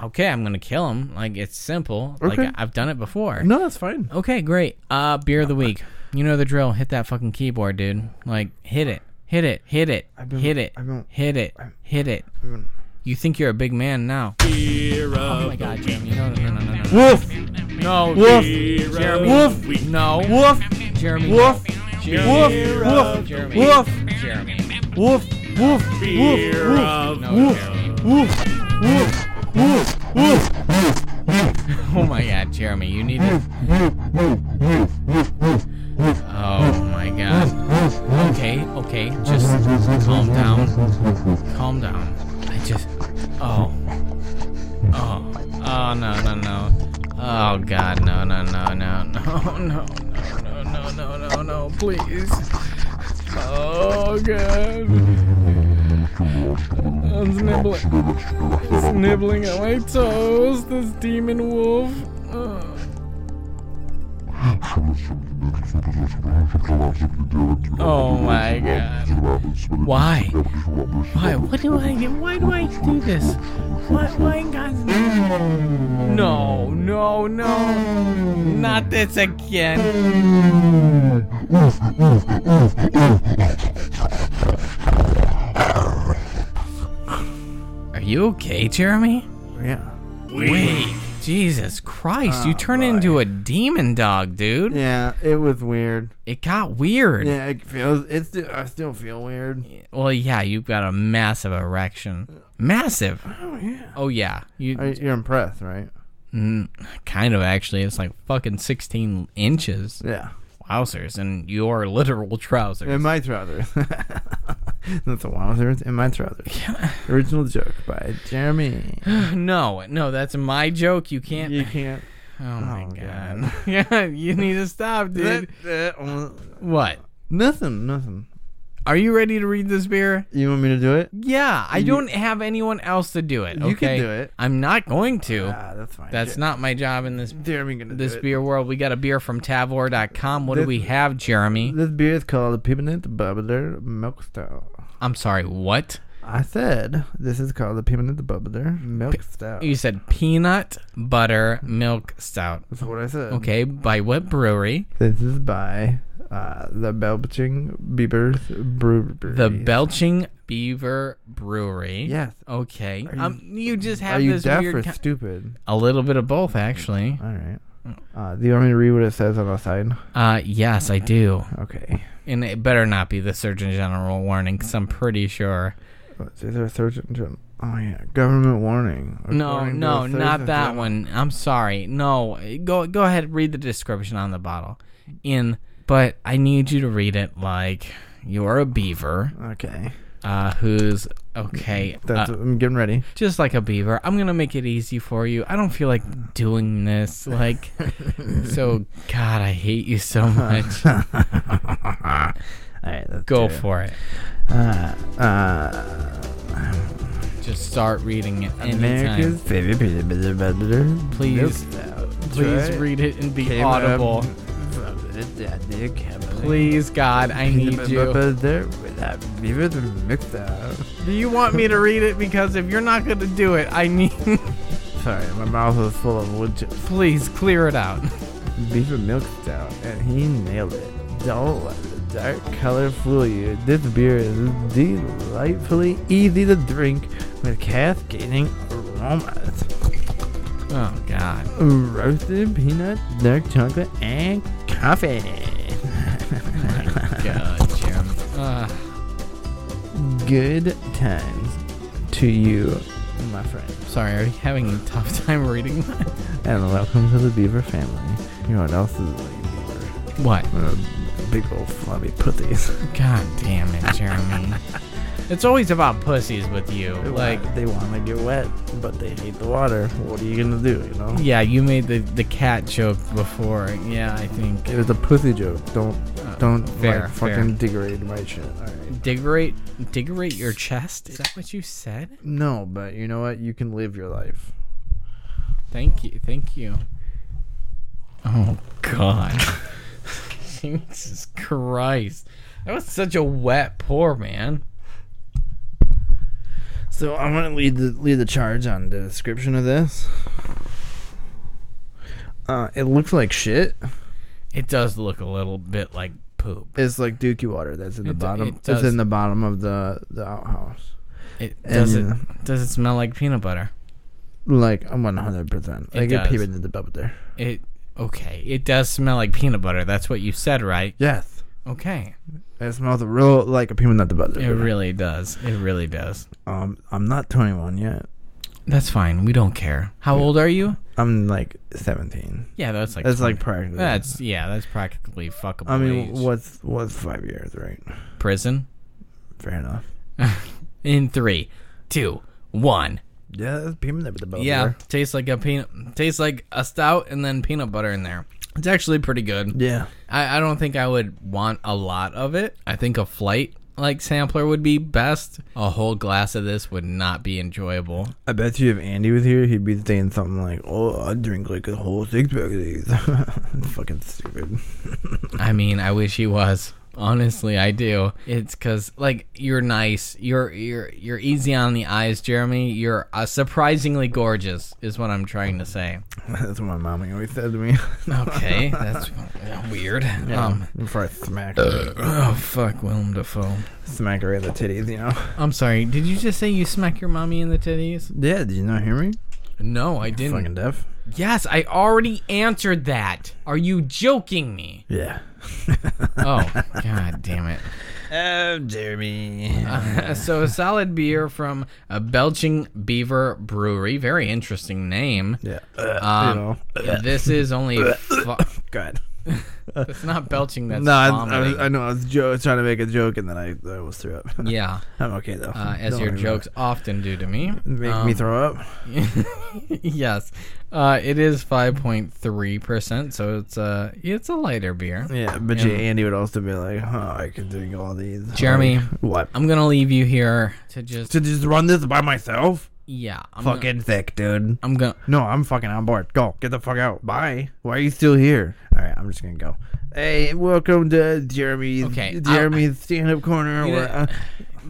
Speaker 1: Okay, I'm gonna kill them. Like it's simple.
Speaker 2: Okay.
Speaker 1: Like I've done it before.
Speaker 2: No, that's fine.
Speaker 1: Okay, great. Uh, beer of the week. You know the drill. Hit that fucking keyboard, dude. Like, hit it, hit it, hit it,
Speaker 2: been-
Speaker 1: hit it,
Speaker 2: I've been-
Speaker 1: hit it, hit it.
Speaker 2: been-
Speaker 1: You think you're a big man now? oh my god, Jeremy! No, no, no, no, no, no.
Speaker 2: Wolf,
Speaker 1: No,
Speaker 2: wolf,
Speaker 1: Jeremy.
Speaker 2: Wolf.
Speaker 1: No,
Speaker 2: wolf,
Speaker 1: Jeremy.
Speaker 2: Wolf.
Speaker 1: Jeremy. Jeremy.
Speaker 2: Wolf. Wolf.
Speaker 1: Jeremy.
Speaker 2: Wolf.
Speaker 1: Jeremy.
Speaker 2: woof, woof, woof,
Speaker 1: No,
Speaker 2: woof,
Speaker 1: Jeremy.
Speaker 2: woof, woof, woof, woof, woof.
Speaker 1: Oh my god, Jeremy! You need to. Oh my god. Okay, okay, just calm down. Calm down. I just. Oh. Oh. Oh no no no. Oh god no no no no no no no no no no no no please. Oh god. I'm snibbling. Snibbling at my toes. This demon wolf. Oh. Oh my god. Why? Why? What do I do? Why do I do this? What? Why in God's name? No, no, no. Not this again. Mm. Are you okay, Jeremy?
Speaker 2: Yeah,
Speaker 1: Wait. Jesus Christ, you turned into a demon dog, dude.
Speaker 2: Ah, yeah, it was weird.
Speaker 1: It got weird.
Speaker 2: Yeah, it feels. It's. I still feel weird.
Speaker 1: Well, yeah, you've got a massive erection. Massive.
Speaker 2: Oh yeah.
Speaker 1: Oh yeah, you
Speaker 2: Are- You're impressed, right?
Speaker 1: mm, kind of actually. It's like fucking sixteen inches,
Speaker 2: Yeah.
Speaker 1: wowzers, and your literal trousers.
Speaker 2: In my <laughs> trousers. That's a wowzers. In
Speaker 1: <laughs>
Speaker 2: my trousers. Original joke by Jeremy.
Speaker 1: no, no, that's my joke. You can't.
Speaker 2: You can't.
Speaker 1: oh my
Speaker 2: Oh,
Speaker 1: god. <laughs> yeah, you need to stop, dude. what?
Speaker 2: nothing, nothing.
Speaker 1: Are you ready to read this beer?
Speaker 2: You want me to do it?
Speaker 1: Yeah, I don't have anyone else to do it.
Speaker 2: You can
Speaker 1: okay?
Speaker 2: do it.
Speaker 1: I'm not going to.
Speaker 2: Ah, that's fine.
Speaker 1: that's not my job in this
Speaker 2: Jeremy gonna
Speaker 1: this
Speaker 2: do it.
Speaker 1: beer world. We got a beer from Tavor.com. What do
Speaker 2: This-
Speaker 1: we have, Jeremy?
Speaker 2: This beer is called the Peppermint Bubbler Milk Stout.
Speaker 1: I'm sorry, what?
Speaker 2: I said this is called the peanut and the butter milk stout.
Speaker 1: You said peanut butter milk stout.
Speaker 2: That's what I said.
Speaker 1: Okay, by what brewery?
Speaker 2: This is by uh, the Belching Beavers Brewery.
Speaker 1: The Belching Beaver Brewery.
Speaker 2: Yes.
Speaker 1: Okay.
Speaker 2: you-
Speaker 1: um, you just have
Speaker 2: Are you
Speaker 1: this
Speaker 2: deaf
Speaker 1: weird.
Speaker 2: or
Speaker 1: ki-
Speaker 2: stupid?
Speaker 1: a little bit of both, actually.
Speaker 2: All right.
Speaker 1: Oh.
Speaker 2: Uh, do you want me to read what it says on the side?
Speaker 1: Uh, yes, I
Speaker 2: <laughs>
Speaker 1: do.
Speaker 2: Okay.
Speaker 1: And it better not be the Surgeon General warning, because I'm pretty sure.
Speaker 2: Is there a surgeon? General? Oh yeah, government warning.
Speaker 1: No,
Speaker 2: According to
Speaker 1: no,
Speaker 2: the
Speaker 1: not
Speaker 2: Surgeon
Speaker 1: that
Speaker 2: General-
Speaker 1: one. I'm sorry. No, go go ahead. Read the description on the bottle. In, but I need you to read it like you're a beaver
Speaker 2: Okay,
Speaker 1: uh, who's okay.
Speaker 2: <laughs> that's
Speaker 1: uh,
Speaker 2: I'm getting ready. <laughs>
Speaker 1: just like a beaver. I'm gonna make it easy for you. I don't feel like doing this.
Speaker 2: <laughs>
Speaker 1: Like, <laughs> so God, I hate you so much.
Speaker 2: All right, let's
Speaker 1: Go
Speaker 2: do it.
Speaker 1: for it.
Speaker 2: Uh, uh,
Speaker 1: Just start reading it anytime.
Speaker 2: America's favorite peanut butter butter.
Speaker 1: Please, please
Speaker 2: Try
Speaker 1: read it and be
Speaker 2: Came up
Speaker 1: audible.
Speaker 2: from the daddy cabinet.
Speaker 1: Please, God, I
Speaker 2: Peanut
Speaker 1: need
Speaker 2: butter
Speaker 1: you.
Speaker 2: butter with a beaver to mix up.
Speaker 1: Do you want me to read it? Because if you're not gonna do it, I need. <laughs>
Speaker 2: Sorry, my mouth is full of wood chips.
Speaker 1: please clear it out.
Speaker 2: Beaver milk stout, and he nailed it. Don't let the dark color fool you. This beer is delightfully easy to drink with cascading aromas.
Speaker 1: Oh God.
Speaker 2: Roasted peanut, dark chocolate, and coffee.
Speaker 1: God, Jim. Uh,
Speaker 2: Good times to you, my friend.
Speaker 1: sorry, are you having a tough time reading that?
Speaker 2: And welcome to the Beaver family. You know what else is like Beaver?
Speaker 1: What?
Speaker 2: Uh, big old floppy pussies. <laughs>
Speaker 1: God damn it, Jeremy. it's always about pussies with you. Like,
Speaker 2: they want to get wet, but they hate the water. What are you gonna do? You know,
Speaker 1: yeah, you made the, the cat joke before. Yeah, I think.
Speaker 2: it was a pussy joke. Don't
Speaker 1: Uh,
Speaker 2: don't
Speaker 1: fair,
Speaker 2: like,
Speaker 1: fair.
Speaker 2: fucking degrade my shit. All right.
Speaker 1: Diggerate, diggerate your chest? Is that what you said?
Speaker 2: No, but you know what? You can live your life.
Speaker 1: Thank you. Thank you. Oh,
Speaker 2: <laughs>
Speaker 1: God. Jesus Christ. That was such a wet pour, man.
Speaker 2: So I'm gonna lead the lead the charge on the description of this. Uh, it looks like shit.
Speaker 1: It does look a little bit like poop.
Speaker 2: It's like Dookie water that's in the
Speaker 1: It-
Speaker 2: bottom.
Speaker 1: it
Speaker 2: it's
Speaker 1: does.
Speaker 2: in the bottom of the the outhouse.
Speaker 1: It does it.
Speaker 2: And-
Speaker 1: Does it smell like peanut butter?
Speaker 2: Like I'm 100. percent
Speaker 1: It
Speaker 2: I get
Speaker 1: does.
Speaker 2: peeping in the bubble there.
Speaker 1: It okay. It does smell like peanut butter. That's what you said, right?
Speaker 2: Yes.
Speaker 1: Okay.
Speaker 2: It smells real like a peanut butter butter.
Speaker 1: It really does. It really does.
Speaker 2: Um, I'm not 21 yet.
Speaker 1: That's fine. We don't care. How old are you?
Speaker 2: I'm like 17.
Speaker 1: Yeah, that's like
Speaker 2: That's like
Speaker 1: 20.
Speaker 2: practically.
Speaker 1: that's yeah, that's practically fuckable.
Speaker 2: I mean,
Speaker 1: age.
Speaker 2: what's what's five years, right?
Speaker 1: prison?
Speaker 2: Fair enough.
Speaker 1: In three, two, one.
Speaker 2: Yeah, that's peanut butter butter.
Speaker 1: Yeah, tastes like a peanut. Tastes like a stout and then peanut butter in there. It's actually pretty good.
Speaker 2: Yeah.
Speaker 1: I, I don't think I would want a lot of it. I think a flight like sampler would be best. A whole glass of this would not be enjoyable.
Speaker 2: I bet you if Andy was here, he'd be saying something like, "Oh, I drink like a whole six pack of these." <laughs> Fucking stupid. <laughs>
Speaker 1: I mean, I wish he was. Honestly, I do. It's because like you're nice. You're you're you're easy on the eyes, Jeremy. You're uh, surprisingly gorgeous, is what I'm trying to say.
Speaker 2: that's what my mommy always said to me.
Speaker 1: Okay, that's weird. Um,
Speaker 2: <laughs> Before I smack,
Speaker 1: oh fuck, Willem Dafoe.
Speaker 2: smack her in the titties, you know.
Speaker 1: I'm sorry. Did you just say you smack your mommy in the titties?
Speaker 2: Yeah, did you not hear me?
Speaker 1: No, I
Speaker 2: Fucking
Speaker 1: didn't.
Speaker 2: deaf.
Speaker 1: Yes, I already answered that. Are you joking me?
Speaker 2: Yeah.
Speaker 1: Oh, god damn it.
Speaker 2: Oh, Jeremy.
Speaker 1: Uh, <laughs> so a solid beer from a belching beaver brewery very interesting name
Speaker 2: yeah.
Speaker 1: Um,
Speaker 2: you know.
Speaker 1: this is
Speaker 2: <laughs>
Speaker 1: only fu-
Speaker 2: God.
Speaker 1: it's not belching that's
Speaker 2: No, I, I, was,
Speaker 1: vomiting.
Speaker 2: I know. I was jo- trying to make a joke, and then I, I almost threw up. <laughs>
Speaker 1: yeah
Speaker 2: I'm okay though.
Speaker 1: uh, as
Speaker 2: Don't
Speaker 1: your
Speaker 2: worry
Speaker 1: jokes um, often do to me Um,
Speaker 2: about it. make me throw up.
Speaker 1: <laughs> yes uh, it is 5.3% so it's a it's a lighter beer
Speaker 2: Yeah, but you, Andy would also be like, "Oh, I can drink all these."
Speaker 1: Jeremy.
Speaker 2: Like, what?
Speaker 1: i'm gonna leave you here to just
Speaker 2: To just run this by myself?
Speaker 1: yeah i'm gonna,
Speaker 2: Fucking thick, dude.
Speaker 1: i'm gonna
Speaker 2: No, I'm fucking on board. Go get the fuck out. Bye. Why are you still here? All right, I'm just gonna go. Hey, welcome to Jeremy.
Speaker 1: Okay,
Speaker 2: Jeremy stand up corner.
Speaker 1: You know,
Speaker 2: where, uh,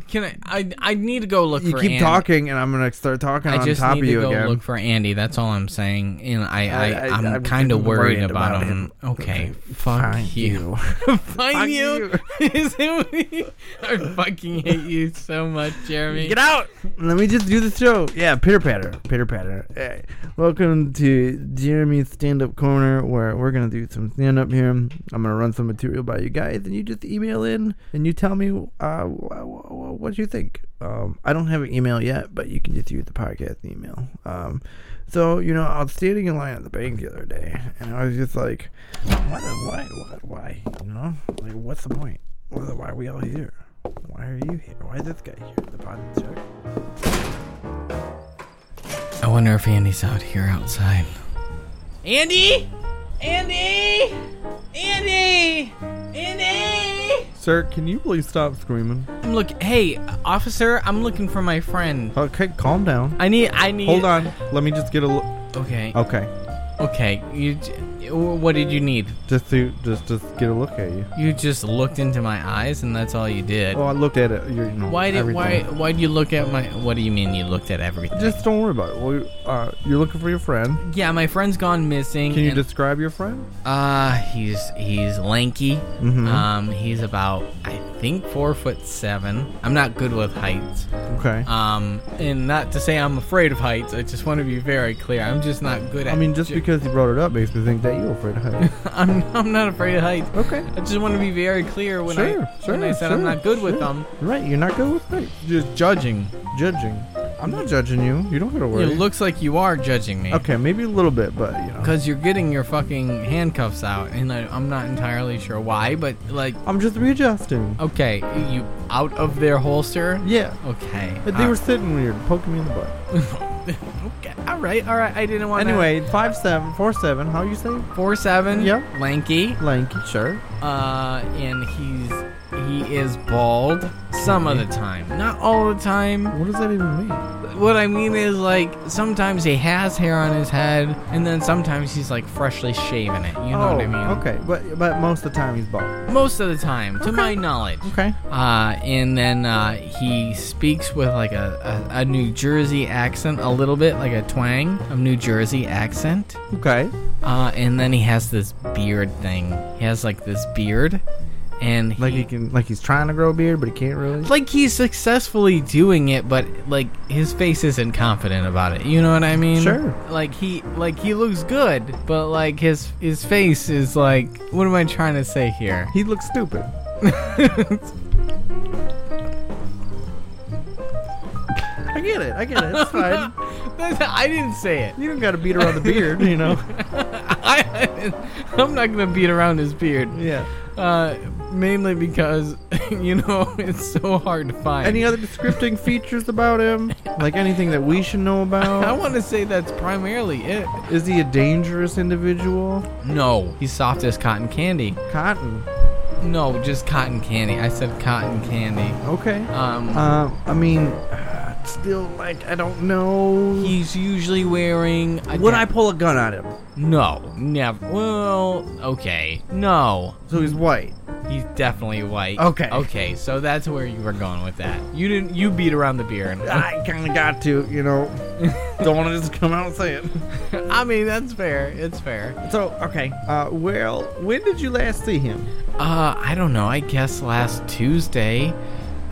Speaker 1: Can I? I, I need to go look
Speaker 2: you
Speaker 1: for
Speaker 2: keep
Speaker 1: Andy.
Speaker 2: talking, and I'm gonna start talking
Speaker 1: I
Speaker 2: on
Speaker 1: just
Speaker 2: top
Speaker 1: need
Speaker 2: of
Speaker 1: to
Speaker 2: you
Speaker 1: go
Speaker 2: again.
Speaker 1: look for Andy. That's all I'm saying. And I, I,
Speaker 2: I-
Speaker 1: I,
Speaker 2: I-
Speaker 1: am
Speaker 2: I'm
Speaker 1: kind of
Speaker 2: worried
Speaker 1: worried
Speaker 2: about
Speaker 1: about,
Speaker 2: him.
Speaker 1: him. Okay, fuck <laughs>
Speaker 2: Fuck
Speaker 1: you. fuck you. <laughs> Is it- I fucking hate you so much, Jeremy.
Speaker 2: Get out! Let me just do the show. Yeah, pitter patter, pitter patter. Hey, welcome to Jeremy's stand up corner, where we're gonna do some stand up here. I'm gonna run some material by you guys, and you just email in and you tell me uh, wh- wh- what you think. Um, I don't have an email yet, but you can just use the podcast email. Um, so you know, I was standing in line at the bank the other day, and I was just like, why, why, why, why? You know, like, what's the point? Why why are we all here? Why are you here? Why is this guy here? The bottom check.
Speaker 1: I wonder if Andy's out here outside. Andy? Andy? Andy? Andy?
Speaker 3: Sir, can you please stop screaming?
Speaker 1: I'm look. Hey, officer, I'm looking for my friend.
Speaker 6: Okay, calm down.
Speaker 1: I need. I need.
Speaker 3: Hold on. Oh. Let me just get a look.
Speaker 1: Okay.
Speaker 3: Okay.
Speaker 1: Okay. You. j- What did you need?
Speaker 3: Just to just just get a look at you.
Speaker 1: You just looked into my eyes, and that's all you did.
Speaker 3: Oh, I looked at it. You know,
Speaker 1: Why did why
Speaker 3: everything.
Speaker 1: why would you look at my? What do you mean you looked at everything?
Speaker 3: Just don't worry about it. Well, you- uh, you're looking for your friend.
Speaker 1: Yeah, my friend's gone missing.
Speaker 3: Can you
Speaker 1: and,
Speaker 3: describe your friend?
Speaker 1: Uh, he's he's lanky.
Speaker 3: Mm-hmm.
Speaker 1: Um, he's about I think four foot seven. I'm not good with heights.
Speaker 3: Okay.
Speaker 1: Um, and not to say I'm afraid of heights. I just want to be very clear. I'm just not good at.
Speaker 3: I mean, just
Speaker 1: ju-
Speaker 3: because you brought it up makes me think that you're afraid of <laughs> heights.
Speaker 1: <laughs> I'm I'm not afraid of heights.
Speaker 3: okay.
Speaker 1: I just want to be very clear when
Speaker 3: Sure,
Speaker 1: I
Speaker 3: sure,
Speaker 1: when I said I'm
Speaker 3: sure,
Speaker 1: not good with
Speaker 3: sure.
Speaker 1: them.
Speaker 3: Right, you're not good with heights. Just
Speaker 1: Judging.
Speaker 3: judging. I'm not judging you. You don't gotta worry.
Speaker 1: It looks like you are judging me.
Speaker 3: okay, maybe a little bit, but you know.
Speaker 1: Because you're getting your fucking handcuffs out, and I, I'm not entirely sure why, but like,
Speaker 3: I'm just readjusting.
Speaker 1: okay, you out of their holster?
Speaker 3: Yeah.
Speaker 1: Okay.
Speaker 3: They were sitting weird, poking me in the butt.
Speaker 1: okay. All right. All right. I didn't want.
Speaker 3: Anyway, five seven, four seven. How you say?
Speaker 1: four seven.
Speaker 3: Yeah.
Speaker 1: Lanky.
Speaker 3: Lanky, sure.
Speaker 1: Uh, and he's he is bald some of the time, not all the time.
Speaker 3: What does that even mean?
Speaker 1: What I mean is like sometimes he has hair on his head, and then sometimes he's like freshly shaving it. You know what I mean?
Speaker 3: Oh, Okay, but but most of the time he's bald.
Speaker 1: Most of the time, to my knowledge.
Speaker 3: Okay.
Speaker 1: Uh, and then uh, he speaks with like a, a, a New Jersey accent, a little bit like a twang of New Jersey accent.
Speaker 3: Okay.
Speaker 1: Uh, and then he has this beard thing. He has like this beard, and he,
Speaker 6: Like he can, like he's trying to grow a beard, but he can't really.
Speaker 1: like he's successfully doing it, but like his face isn't confident about it. You know what I mean?
Speaker 3: Sure.
Speaker 1: Like he like he looks good, but like his his face is like, what am I trying to say here? <laughs>
Speaker 3: He looks stupid. <laughs> I get it. I get it. It's
Speaker 1: <laughs>
Speaker 3: fine.
Speaker 1: That's- I didn't say it. <laughs>
Speaker 3: You don't got to beat around the beard, you know.
Speaker 1: I, <laughs> I'm not gonna beat around his beard,
Speaker 3: Yeah.
Speaker 1: uh, mainly because <laughs> you know it's so hard to find.
Speaker 3: Any other descripting features about him? Like anything that we should know
Speaker 1: <laughs> I
Speaker 3: about?
Speaker 1: want to say that's primarily it.
Speaker 3: Is he a dangerous individual?
Speaker 1: No, he's soft as cotton candy.
Speaker 3: Cotton.
Speaker 1: No, just cotton candy. I said cotton candy.
Speaker 3: Okay.
Speaker 1: Um,
Speaker 3: Uh, I mean, still, like, I don't know.
Speaker 1: he's usually wearing. A
Speaker 2: Would
Speaker 1: da-
Speaker 2: I pull a gun on him?
Speaker 1: No, never. Well, okay. No,
Speaker 3: So he's white.
Speaker 1: he's definitely white.
Speaker 2: Okay.
Speaker 1: Okay, so that's where you were going with that. You didn't. You beat around the beard. <laughs>
Speaker 2: I kind of got to, you know. don't want to just come out and say it.
Speaker 1: I mean, that's fair. It's fair.
Speaker 2: So, okay.
Speaker 3: Uh, well, when did you last see him?
Speaker 1: Uh, I don't know. I guess last Tuesday,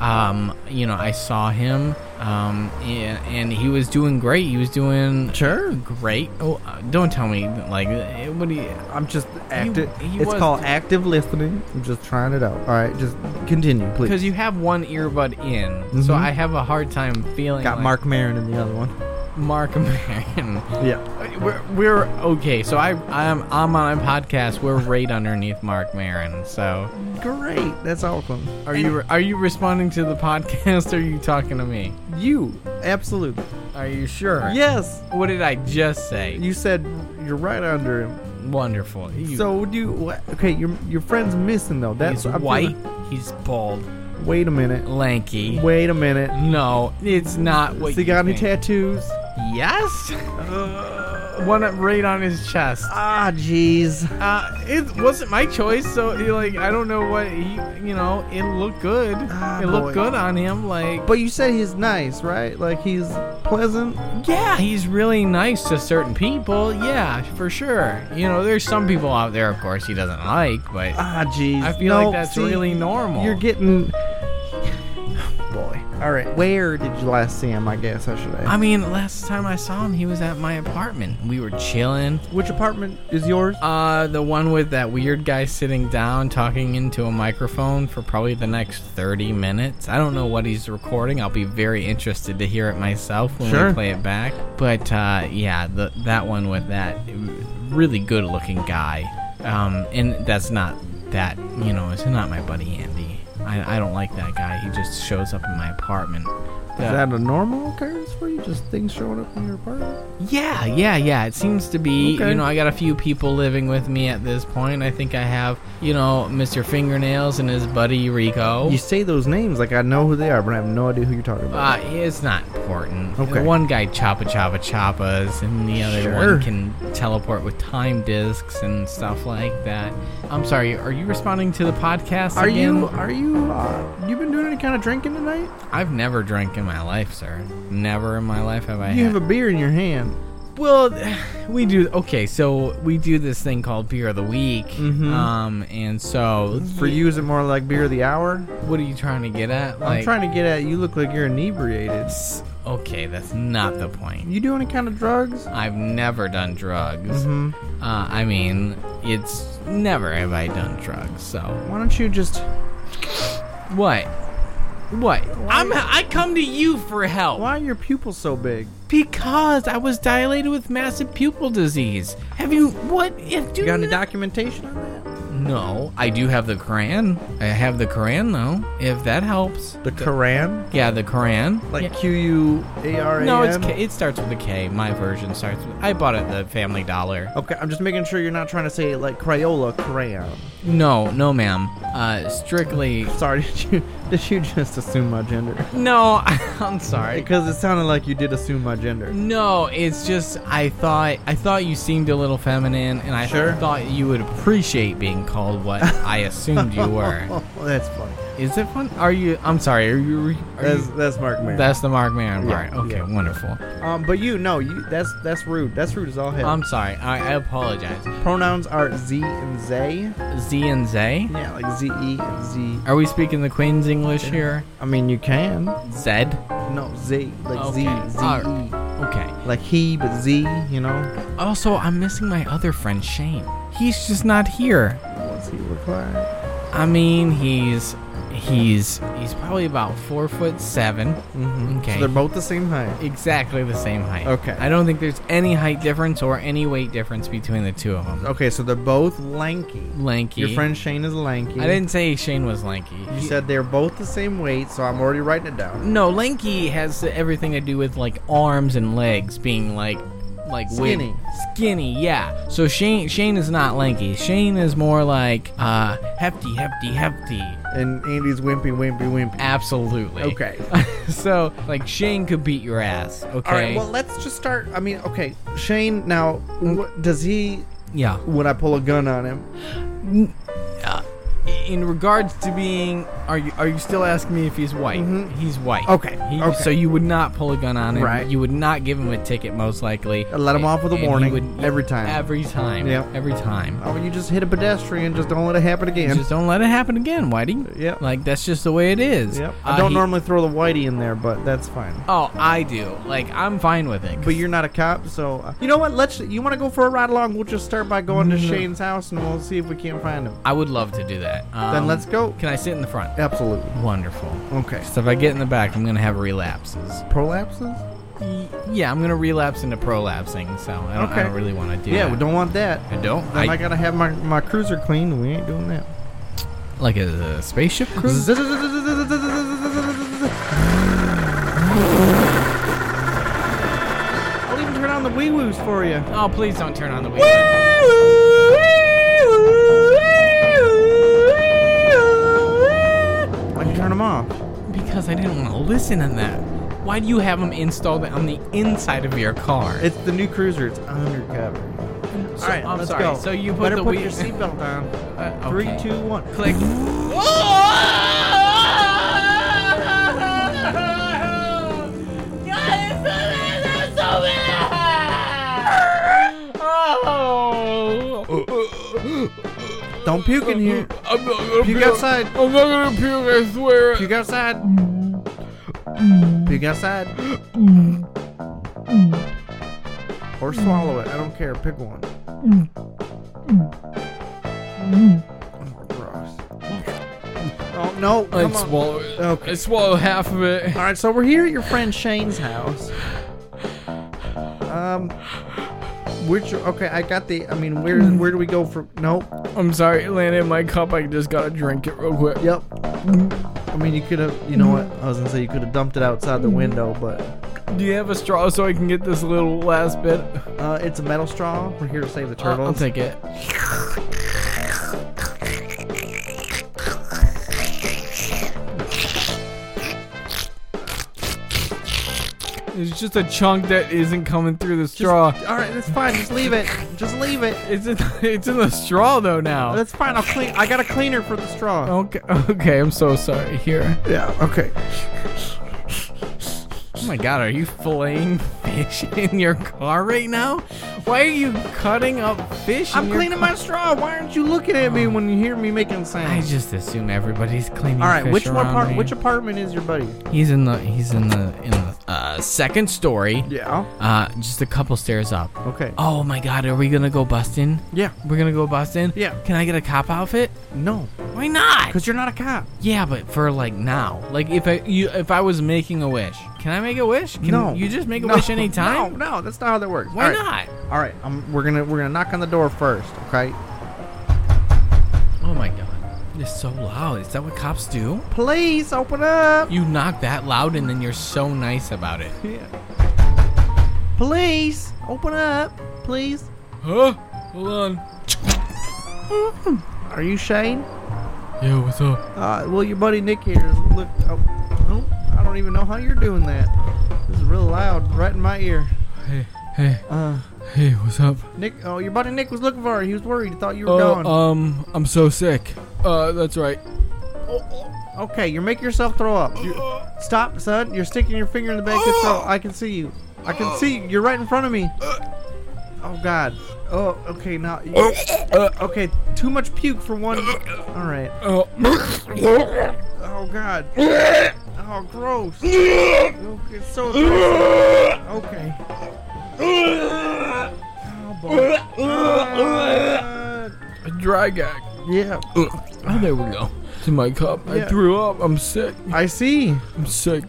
Speaker 1: um, you know, I saw him, um, and, and he was doing great. He was doing
Speaker 2: Sure.
Speaker 1: great. Oh, uh, don't tell me like eh, what do you?
Speaker 3: I'm just active.
Speaker 1: he
Speaker 3: it's
Speaker 1: was-
Speaker 3: called active listening. I'm just trying it out. All right, just continue, please.
Speaker 1: Because you have one earbud in, so
Speaker 2: Mm-hmm.
Speaker 1: I have a hard time feeling.
Speaker 3: Got
Speaker 1: like
Speaker 3: Mark Maron in the other one.
Speaker 1: Mark <laughs> Maron.
Speaker 3: Yeah.
Speaker 1: We're, we're okay. So I I'm I'm on a podcast. We're right underneath Mark Maron. So
Speaker 3: Great. That's awesome.
Speaker 1: are you are you responding to the podcast? <laughs> Or are you talking to me?
Speaker 3: You absolutely.
Speaker 1: Are you sure?
Speaker 3: Yes.
Speaker 1: What did I just say?
Speaker 3: You said you're right under him.
Speaker 1: Wonderful. You-
Speaker 3: So do you, what- okay. Your your friend's missing though. That's
Speaker 1: he's
Speaker 3: I'm
Speaker 1: white.
Speaker 3: feeling-
Speaker 1: He's bald,
Speaker 3: wait a minute.
Speaker 1: lanky.
Speaker 3: Wait a minute.
Speaker 1: No, it's not what
Speaker 3: Has he
Speaker 1: you
Speaker 3: got any <laughs>
Speaker 1: think.
Speaker 3: tattoos?
Speaker 1: Yes.
Speaker 7: one right on his chest.
Speaker 2: Ah, jeez.
Speaker 7: Uh, it wasn't my choice, so he, like I don't know what he, you know, it looked good.
Speaker 2: Ah,
Speaker 7: it looked
Speaker 2: boy.
Speaker 7: good on him. Like,
Speaker 2: But you said he's nice, right? Like he's pleasant.
Speaker 1: Yeah, he's really nice to certain people. Yeah, for sure. You know, there's some people out there, of course, he doesn't like, but
Speaker 2: Ah, jeez.
Speaker 1: I feel
Speaker 2: No,
Speaker 1: like that's
Speaker 2: see,
Speaker 1: really normal.
Speaker 2: You're getting. <sighs> Boy. All right. Where did you last see him? I guess I should. Ask.
Speaker 1: I mean, last time I saw him, he was at my apartment. We were chilling.
Speaker 2: Which apartment is yours?
Speaker 1: Uh, the one with that weird guy sitting down talking into a microphone for probably the next 30 minutes. I don't know what he's recording. I'll be very interested to hear it myself when
Speaker 2: Sure.
Speaker 1: we play it back. But uh, yeah, the, that one with that really good looking guy. Um, and that's not that, you know, it's not my buddy Andy. I, I don't like that guy. He just shows up in my apartment.
Speaker 2: Is that a normal occurrence for you? Just things showing up in your apartment?
Speaker 1: Yeah, yeah, yeah. It seems to be.
Speaker 2: Okay.
Speaker 1: You know, I got a few people living with me at this point. I think I have, you know, Mr. Fingernails and his buddy Rico.
Speaker 2: You say those names like I know who they are, but I have no idea who you're talking about.
Speaker 1: Uh, it's not important.
Speaker 2: Okay.
Speaker 1: One guy choppa choppa choppas, and the other
Speaker 2: Sure.
Speaker 1: one can teleport with time discs and stuff like that. I'm sorry. Are you responding to the podcast?
Speaker 2: are
Speaker 1: again?
Speaker 2: you? Are you? Uh, you been doing any kind of drinking tonight?
Speaker 1: I've never drank in my life, sir. Never in my life have I.
Speaker 2: You
Speaker 1: had-
Speaker 2: have a beer in your hand.
Speaker 1: Well, we do okay. So we do this thing called beer of the week,
Speaker 2: Mm-hmm.
Speaker 1: um, and so
Speaker 2: For you, is it more like beer of the hour?
Speaker 1: what are you trying to get at?
Speaker 2: I'm trying to get at you. Look like you're inebriated.
Speaker 1: Okay, that's not the point.
Speaker 2: You do any kind of drugs?
Speaker 1: I've never done drugs.
Speaker 2: Mm-hmm.
Speaker 1: Uh, I mean, it's never have I done drugs. So
Speaker 2: Why don't you just?
Speaker 1: what? What? I'm I come to you for help
Speaker 2: Why are your pupils so big?
Speaker 1: because I was dilated with massive pupil disease. Have you what? If do
Speaker 2: You got any
Speaker 1: not-
Speaker 2: documentation on that?
Speaker 1: No, I do have the Quran. I have the Quran though, if that helps.
Speaker 2: The Koran,
Speaker 1: Yeah, the Quran.
Speaker 2: like Q U A R A N.
Speaker 1: no, it's K, it starts with a K. My version starts with. I bought it at the Family Dollar.
Speaker 2: Okay, I'm just making sure you're not trying to say it like Crayola crayon.
Speaker 1: No, no, ma'am. Uh, strictly.
Speaker 2: Sorry, <laughs> did you did you just assume my gender? <laughs>
Speaker 1: No, <laughs> I'm sorry.
Speaker 2: Because it sounded like you did assume my gender.
Speaker 1: No, it's just I thought I thought you seemed a little feminine, and I
Speaker 2: Sure.
Speaker 1: thought you would appreciate being called what I assumed you were.
Speaker 2: <laughs> Oh, that's funny.
Speaker 1: Is it fun? Are you? I'm sorry. Are you? re- Are
Speaker 2: That's
Speaker 1: you
Speaker 2: that's Mark Maron.
Speaker 1: that's the Mark Maron
Speaker 2: Yeah,
Speaker 1: part. Okay,
Speaker 2: yeah.
Speaker 1: wonderful.
Speaker 2: um, but you no, you that's that's rude. That's rude as all hell.
Speaker 1: Oh, I'm sorry. I, I apologize.
Speaker 2: Pronouns are Z and Zay.
Speaker 1: Z and Zay.
Speaker 2: Yeah, like Z E and Z.
Speaker 1: Are we speaking the Queen's English here?
Speaker 2: I mean, you can.
Speaker 1: Zed.
Speaker 2: No, Z like
Speaker 1: Okay,
Speaker 2: Z Z
Speaker 1: all
Speaker 2: E.
Speaker 1: Okay.
Speaker 2: Like he, but Z. You know.
Speaker 1: Also, I'm missing my other friend Shane. He's just not here.
Speaker 2: What's he look like?
Speaker 1: I mean, he's he's he's probably about four foot 7
Speaker 2: Mm-hmm.
Speaker 1: Okay.
Speaker 2: So they're both the same height.
Speaker 1: exactly the same height.
Speaker 2: Okay.
Speaker 1: I don't think there's any height difference or any weight difference between the two of them.
Speaker 2: Okay, so they're both lanky.
Speaker 1: Lanky.
Speaker 2: Your friend Shane is lanky.
Speaker 1: I didn't say Shane was lanky.
Speaker 2: You said they're both the same weight, so I'm already writing it down.
Speaker 1: No, lanky has everything to do with like arms and legs being like like wig-
Speaker 2: Skinny.
Speaker 1: skinny, yeah. So Shane Shane is not lanky. Shane is more like uh hefty, hefty, hefty.
Speaker 2: And Andy's wimpy, wimpy, wimpy.
Speaker 1: Absolutely.
Speaker 2: Okay.
Speaker 1: <laughs> so like Shane could beat your ass. Okay.
Speaker 2: All right. Well, let's just start. I mean, okay, Shane. Now, what, does he?
Speaker 1: yeah.
Speaker 2: When I pull a gun on him,
Speaker 1: In regards to being, are you are you still asking me if he's white?
Speaker 2: Mhm.
Speaker 1: He's white.
Speaker 2: Okay,
Speaker 1: He,
Speaker 2: okay.
Speaker 1: So you would not pull a gun on him.
Speaker 2: Right.
Speaker 1: You would not give him a ticket, most likely.
Speaker 2: I let him off with a
Speaker 1: And he
Speaker 2: warning every time.
Speaker 1: Every time.
Speaker 2: Yep.
Speaker 1: Every time.
Speaker 2: oh, you just hit a pedestrian. Just don't let it happen again.
Speaker 1: Just don't let it happen again, Whitey.
Speaker 2: Yep.
Speaker 1: Like that's just the way it is.
Speaker 2: yep.
Speaker 1: Uh,
Speaker 2: I don't
Speaker 1: he-
Speaker 2: normally throw the whitey in there, but that's fine.
Speaker 1: Oh, I do. Like I'm fine with it.
Speaker 2: But you're not a cop, so uh, you know what? Let's. You want to go for a ride along? We'll just start by going to Shane's house, and we'll see if we can't find him.
Speaker 1: I would love to do that. Um,
Speaker 2: Then let's go.
Speaker 1: Can I sit in the front?
Speaker 2: Absolutely.
Speaker 1: Wonderful.
Speaker 2: Okay.
Speaker 1: So if I get in the back, I'm gonna have relapses.
Speaker 2: Prolapses?
Speaker 1: Y- Yeah, I'm gonna relapse into prolapsing. So I don't,
Speaker 2: Okay.
Speaker 1: I don't really want to do.
Speaker 2: Yeah,
Speaker 1: that.
Speaker 2: we don't want that.
Speaker 1: I don't.
Speaker 2: Then I,
Speaker 1: I,
Speaker 2: gotta have my, my cruiser clean. and We ain't doing that.
Speaker 1: like a, a spaceship cruise.
Speaker 2: I'll even turn on the wee woos for you.
Speaker 1: Oh, please don't turn on the wheel.
Speaker 2: I can turn them off.
Speaker 1: Because I didn't want to listen in that Why do you have them installed on the inside of your car?
Speaker 2: It's the new cruiser. It's undercover.
Speaker 1: So-
Speaker 2: All right,
Speaker 1: I'm
Speaker 2: let's
Speaker 1: sorry.
Speaker 2: go.
Speaker 1: So you put
Speaker 2: Better
Speaker 1: the
Speaker 2: put
Speaker 1: wheel-
Speaker 2: your seatbelt on.
Speaker 1: <laughs> Uh,
Speaker 2: Three,
Speaker 1: okay.
Speaker 2: two, one.
Speaker 1: click. Oh,
Speaker 2: Don't puke in here.
Speaker 1: I'm not gonna
Speaker 2: Puke outside.
Speaker 1: I'm not gonna puke, I swear.
Speaker 2: Puke outside. Puke outside. Or swallow it. I don't care. Pick one. Oh, gross. <laughs> Oh, no.
Speaker 1: I
Speaker 2: Come on.
Speaker 1: swallow it.
Speaker 2: Okay.
Speaker 1: I swallow half of it.
Speaker 2: All right, so we're here at your friend Shane's house. Um, which okay, I got the. I mean, where where do we go from? Nope.
Speaker 1: I'm sorry, it landed in my cup. I just gotta drink it real quick.
Speaker 2: Yep. I mean, you could have. You know what? I was gonna say you could have dumped it outside the window, but
Speaker 1: Do you have a straw so I can get this little last bit?
Speaker 2: uh, it's a metal straw. We're here to save the
Speaker 1: I'll- I'll
Speaker 2: turtles.
Speaker 1: take it. It's just a chunk that isn't coming through the straw.
Speaker 2: All right, that's fine. Just leave it. Just leave it.
Speaker 1: It's in, <laughs> it's in the straw though now.
Speaker 2: That's fine. I'll clean. I got a cleaner for the straw.
Speaker 1: Okay, okay, I'm so sorry. Here.
Speaker 2: Yeah. Okay.
Speaker 1: Oh my god, are you filleting fish <laughs> in your car right now? Why are you cutting up fish? in
Speaker 2: I'm
Speaker 1: your
Speaker 2: cleaning my straw. Why aren't you looking at me when you hear me making
Speaker 1: I
Speaker 2: sounds?
Speaker 1: just assume everybody's cleaning.
Speaker 2: All right.
Speaker 1: fish
Speaker 2: Which one
Speaker 1: around
Speaker 2: part?
Speaker 1: me.
Speaker 2: Which apartment is your buddy?
Speaker 1: He's in the he's in the in the uh, second story.
Speaker 2: Yeah.
Speaker 1: Uh, just a couple stairs up.
Speaker 2: Okay.
Speaker 1: Oh my god, are we gonna go busting?
Speaker 2: Yeah.
Speaker 1: We're gonna go busting.
Speaker 2: Yeah.
Speaker 1: Can I get a cop outfit?
Speaker 2: No.
Speaker 1: Why not?
Speaker 2: Because you're not a cop.
Speaker 1: Yeah, but for like now, like if I you if I was making a wish, can I make a wish? Can
Speaker 2: no.
Speaker 1: You just make a
Speaker 2: <laughs> No.
Speaker 1: wish anytime.
Speaker 2: No, no, that's not how that works.
Speaker 1: Why
Speaker 2: All right.
Speaker 1: not?
Speaker 2: All right, um, we're gonna we're gonna knock on the door first, okay?
Speaker 1: Oh my god, it's so loud. Is that what cops do?
Speaker 2: Please open up.
Speaker 1: You knock that loud and then you're so nice about it.
Speaker 2: Please open up. Please.
Speaker 1: Huh? Hold on.
Speaker 2: Are you Shane?
Speaker 1: Yo, what's up?
Speaker 2: Uh, well, your buddy Nick here is look. Oh, oh, I don't even know how you're doing that. This is real loud, right in my ear.
Speaker 1: Hey, hey,
Speaker 2: Uh,
Speaker 1: hey, what's up?
Speaker 2: Nick. Oh, your buddy Nick was looking for you. He was worried. He thought you were
Speaker 1: Oh,
Speaker 2: gone.
Speaker 1: um, I'm so sick. Uh, that's right.
Speaker 2: okay, you're making yourself throw up. You- stop, son. You're sticking your finger in the back of so I can see you. I can see you. You're right in front of me. Oh God. Oh, okay. Now.
Speaker 1: Uh,
Speaker 2: Okay, too much puke for one. All right.
Speaker 1: oh.
Speaker 2: Oh God. Oh, gross. Oh, It's so. Aggressive. Okay. Oh, boy. Uh,
Speaker 1: A dry gag.
Speaker 2: yeah,
Speaker 1: Oh, there we go. It's in my cup. I
Speaker 2: Yeah.
Speaker 1: threw up. I'm sick.
Speaker 2: I see.
Speaker 1: I'm sick.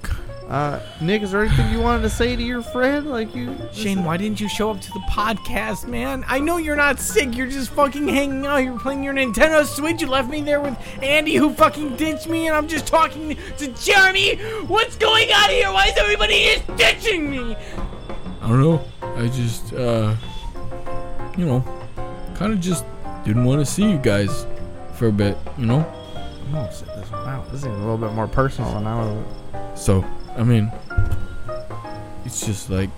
Speaker 2: Uh, Nick, is there anything you wanted to say to your friend? Like you,
Speaker 1: Shane, why didn't you show up to the podcast, man? I know you're not sick. You're just fucking hanging out. You're playing your Nintendo Switch. You left me there with Andy, who fucking ditched me, and I'm just talking to Jeremy. What's going on here? Why is everybody just ditching me? I don't know. I just, uh, you know, kind of just didn't want to see you guys for a bit, you know?
Speaker 2: Oh, shit, this, wow, this is a little bit more personal than I was.
Speaker 1: So, I mean, it's just like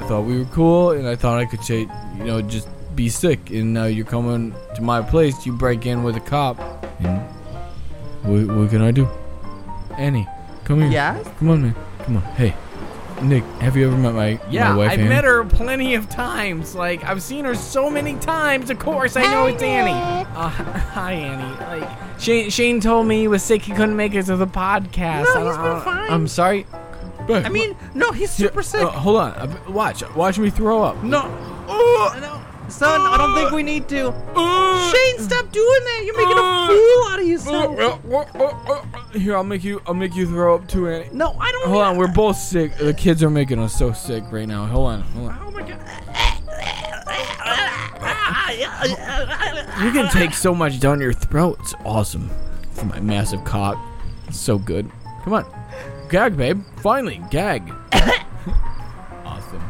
Speaker 1: I thought we were cool, and I thought I could say, you know, just be sick. And now you're coming to my place. You break in with a cop. And what, what can I do? Annie, come here.
Speaker 2: Yes.
Speaker 1: Come on, man. Come on. Hey, Nick, have you ever met my
Speaker 8: Yeah,
Speaker 1: my wife?
Speaker 8: I've
Speaker 1: Annie?
Speaker 8: met her plenty of times. Like I've seen her so many times. Of course, I know it's Annie. Uh, <laughs> hi, Annie. Like Shane, Shane told me he was sick. He couldn't make it to the podcast.
Speaker 2: No,
Speaker 8: I don't-
Speaker 2: he's
Speaker 8: I
Speaker 2: been
Speaker 8: don't-
Speaker 2: fine.
Speaker 1: I'm sorry. But,
Speaker 2: I mean, no, he's super sick.
Speaker 8: oh,
Speaker 1: hold on. Uh, Watch. Watch me throw up.
Speaker 2: No. I know. Oh! Son, I don't think we need to. Shane, stop doing that. You're making a fool out of yourself.
Speaker 1: Here, I'll make you. I'll make you throw up too, Annie.
Speaker 2: No, I don't.
Speaker 1: Hold on, we're both sick. The kids are making us so sick right now. Hold on, hold on.
Speaker 2: Oh my god.
Speaker 1: You can take so much down your throat. It's awesome for my massive cock. It's so good. Come on, gag, babe. Finally, gag. <laughs> awesome.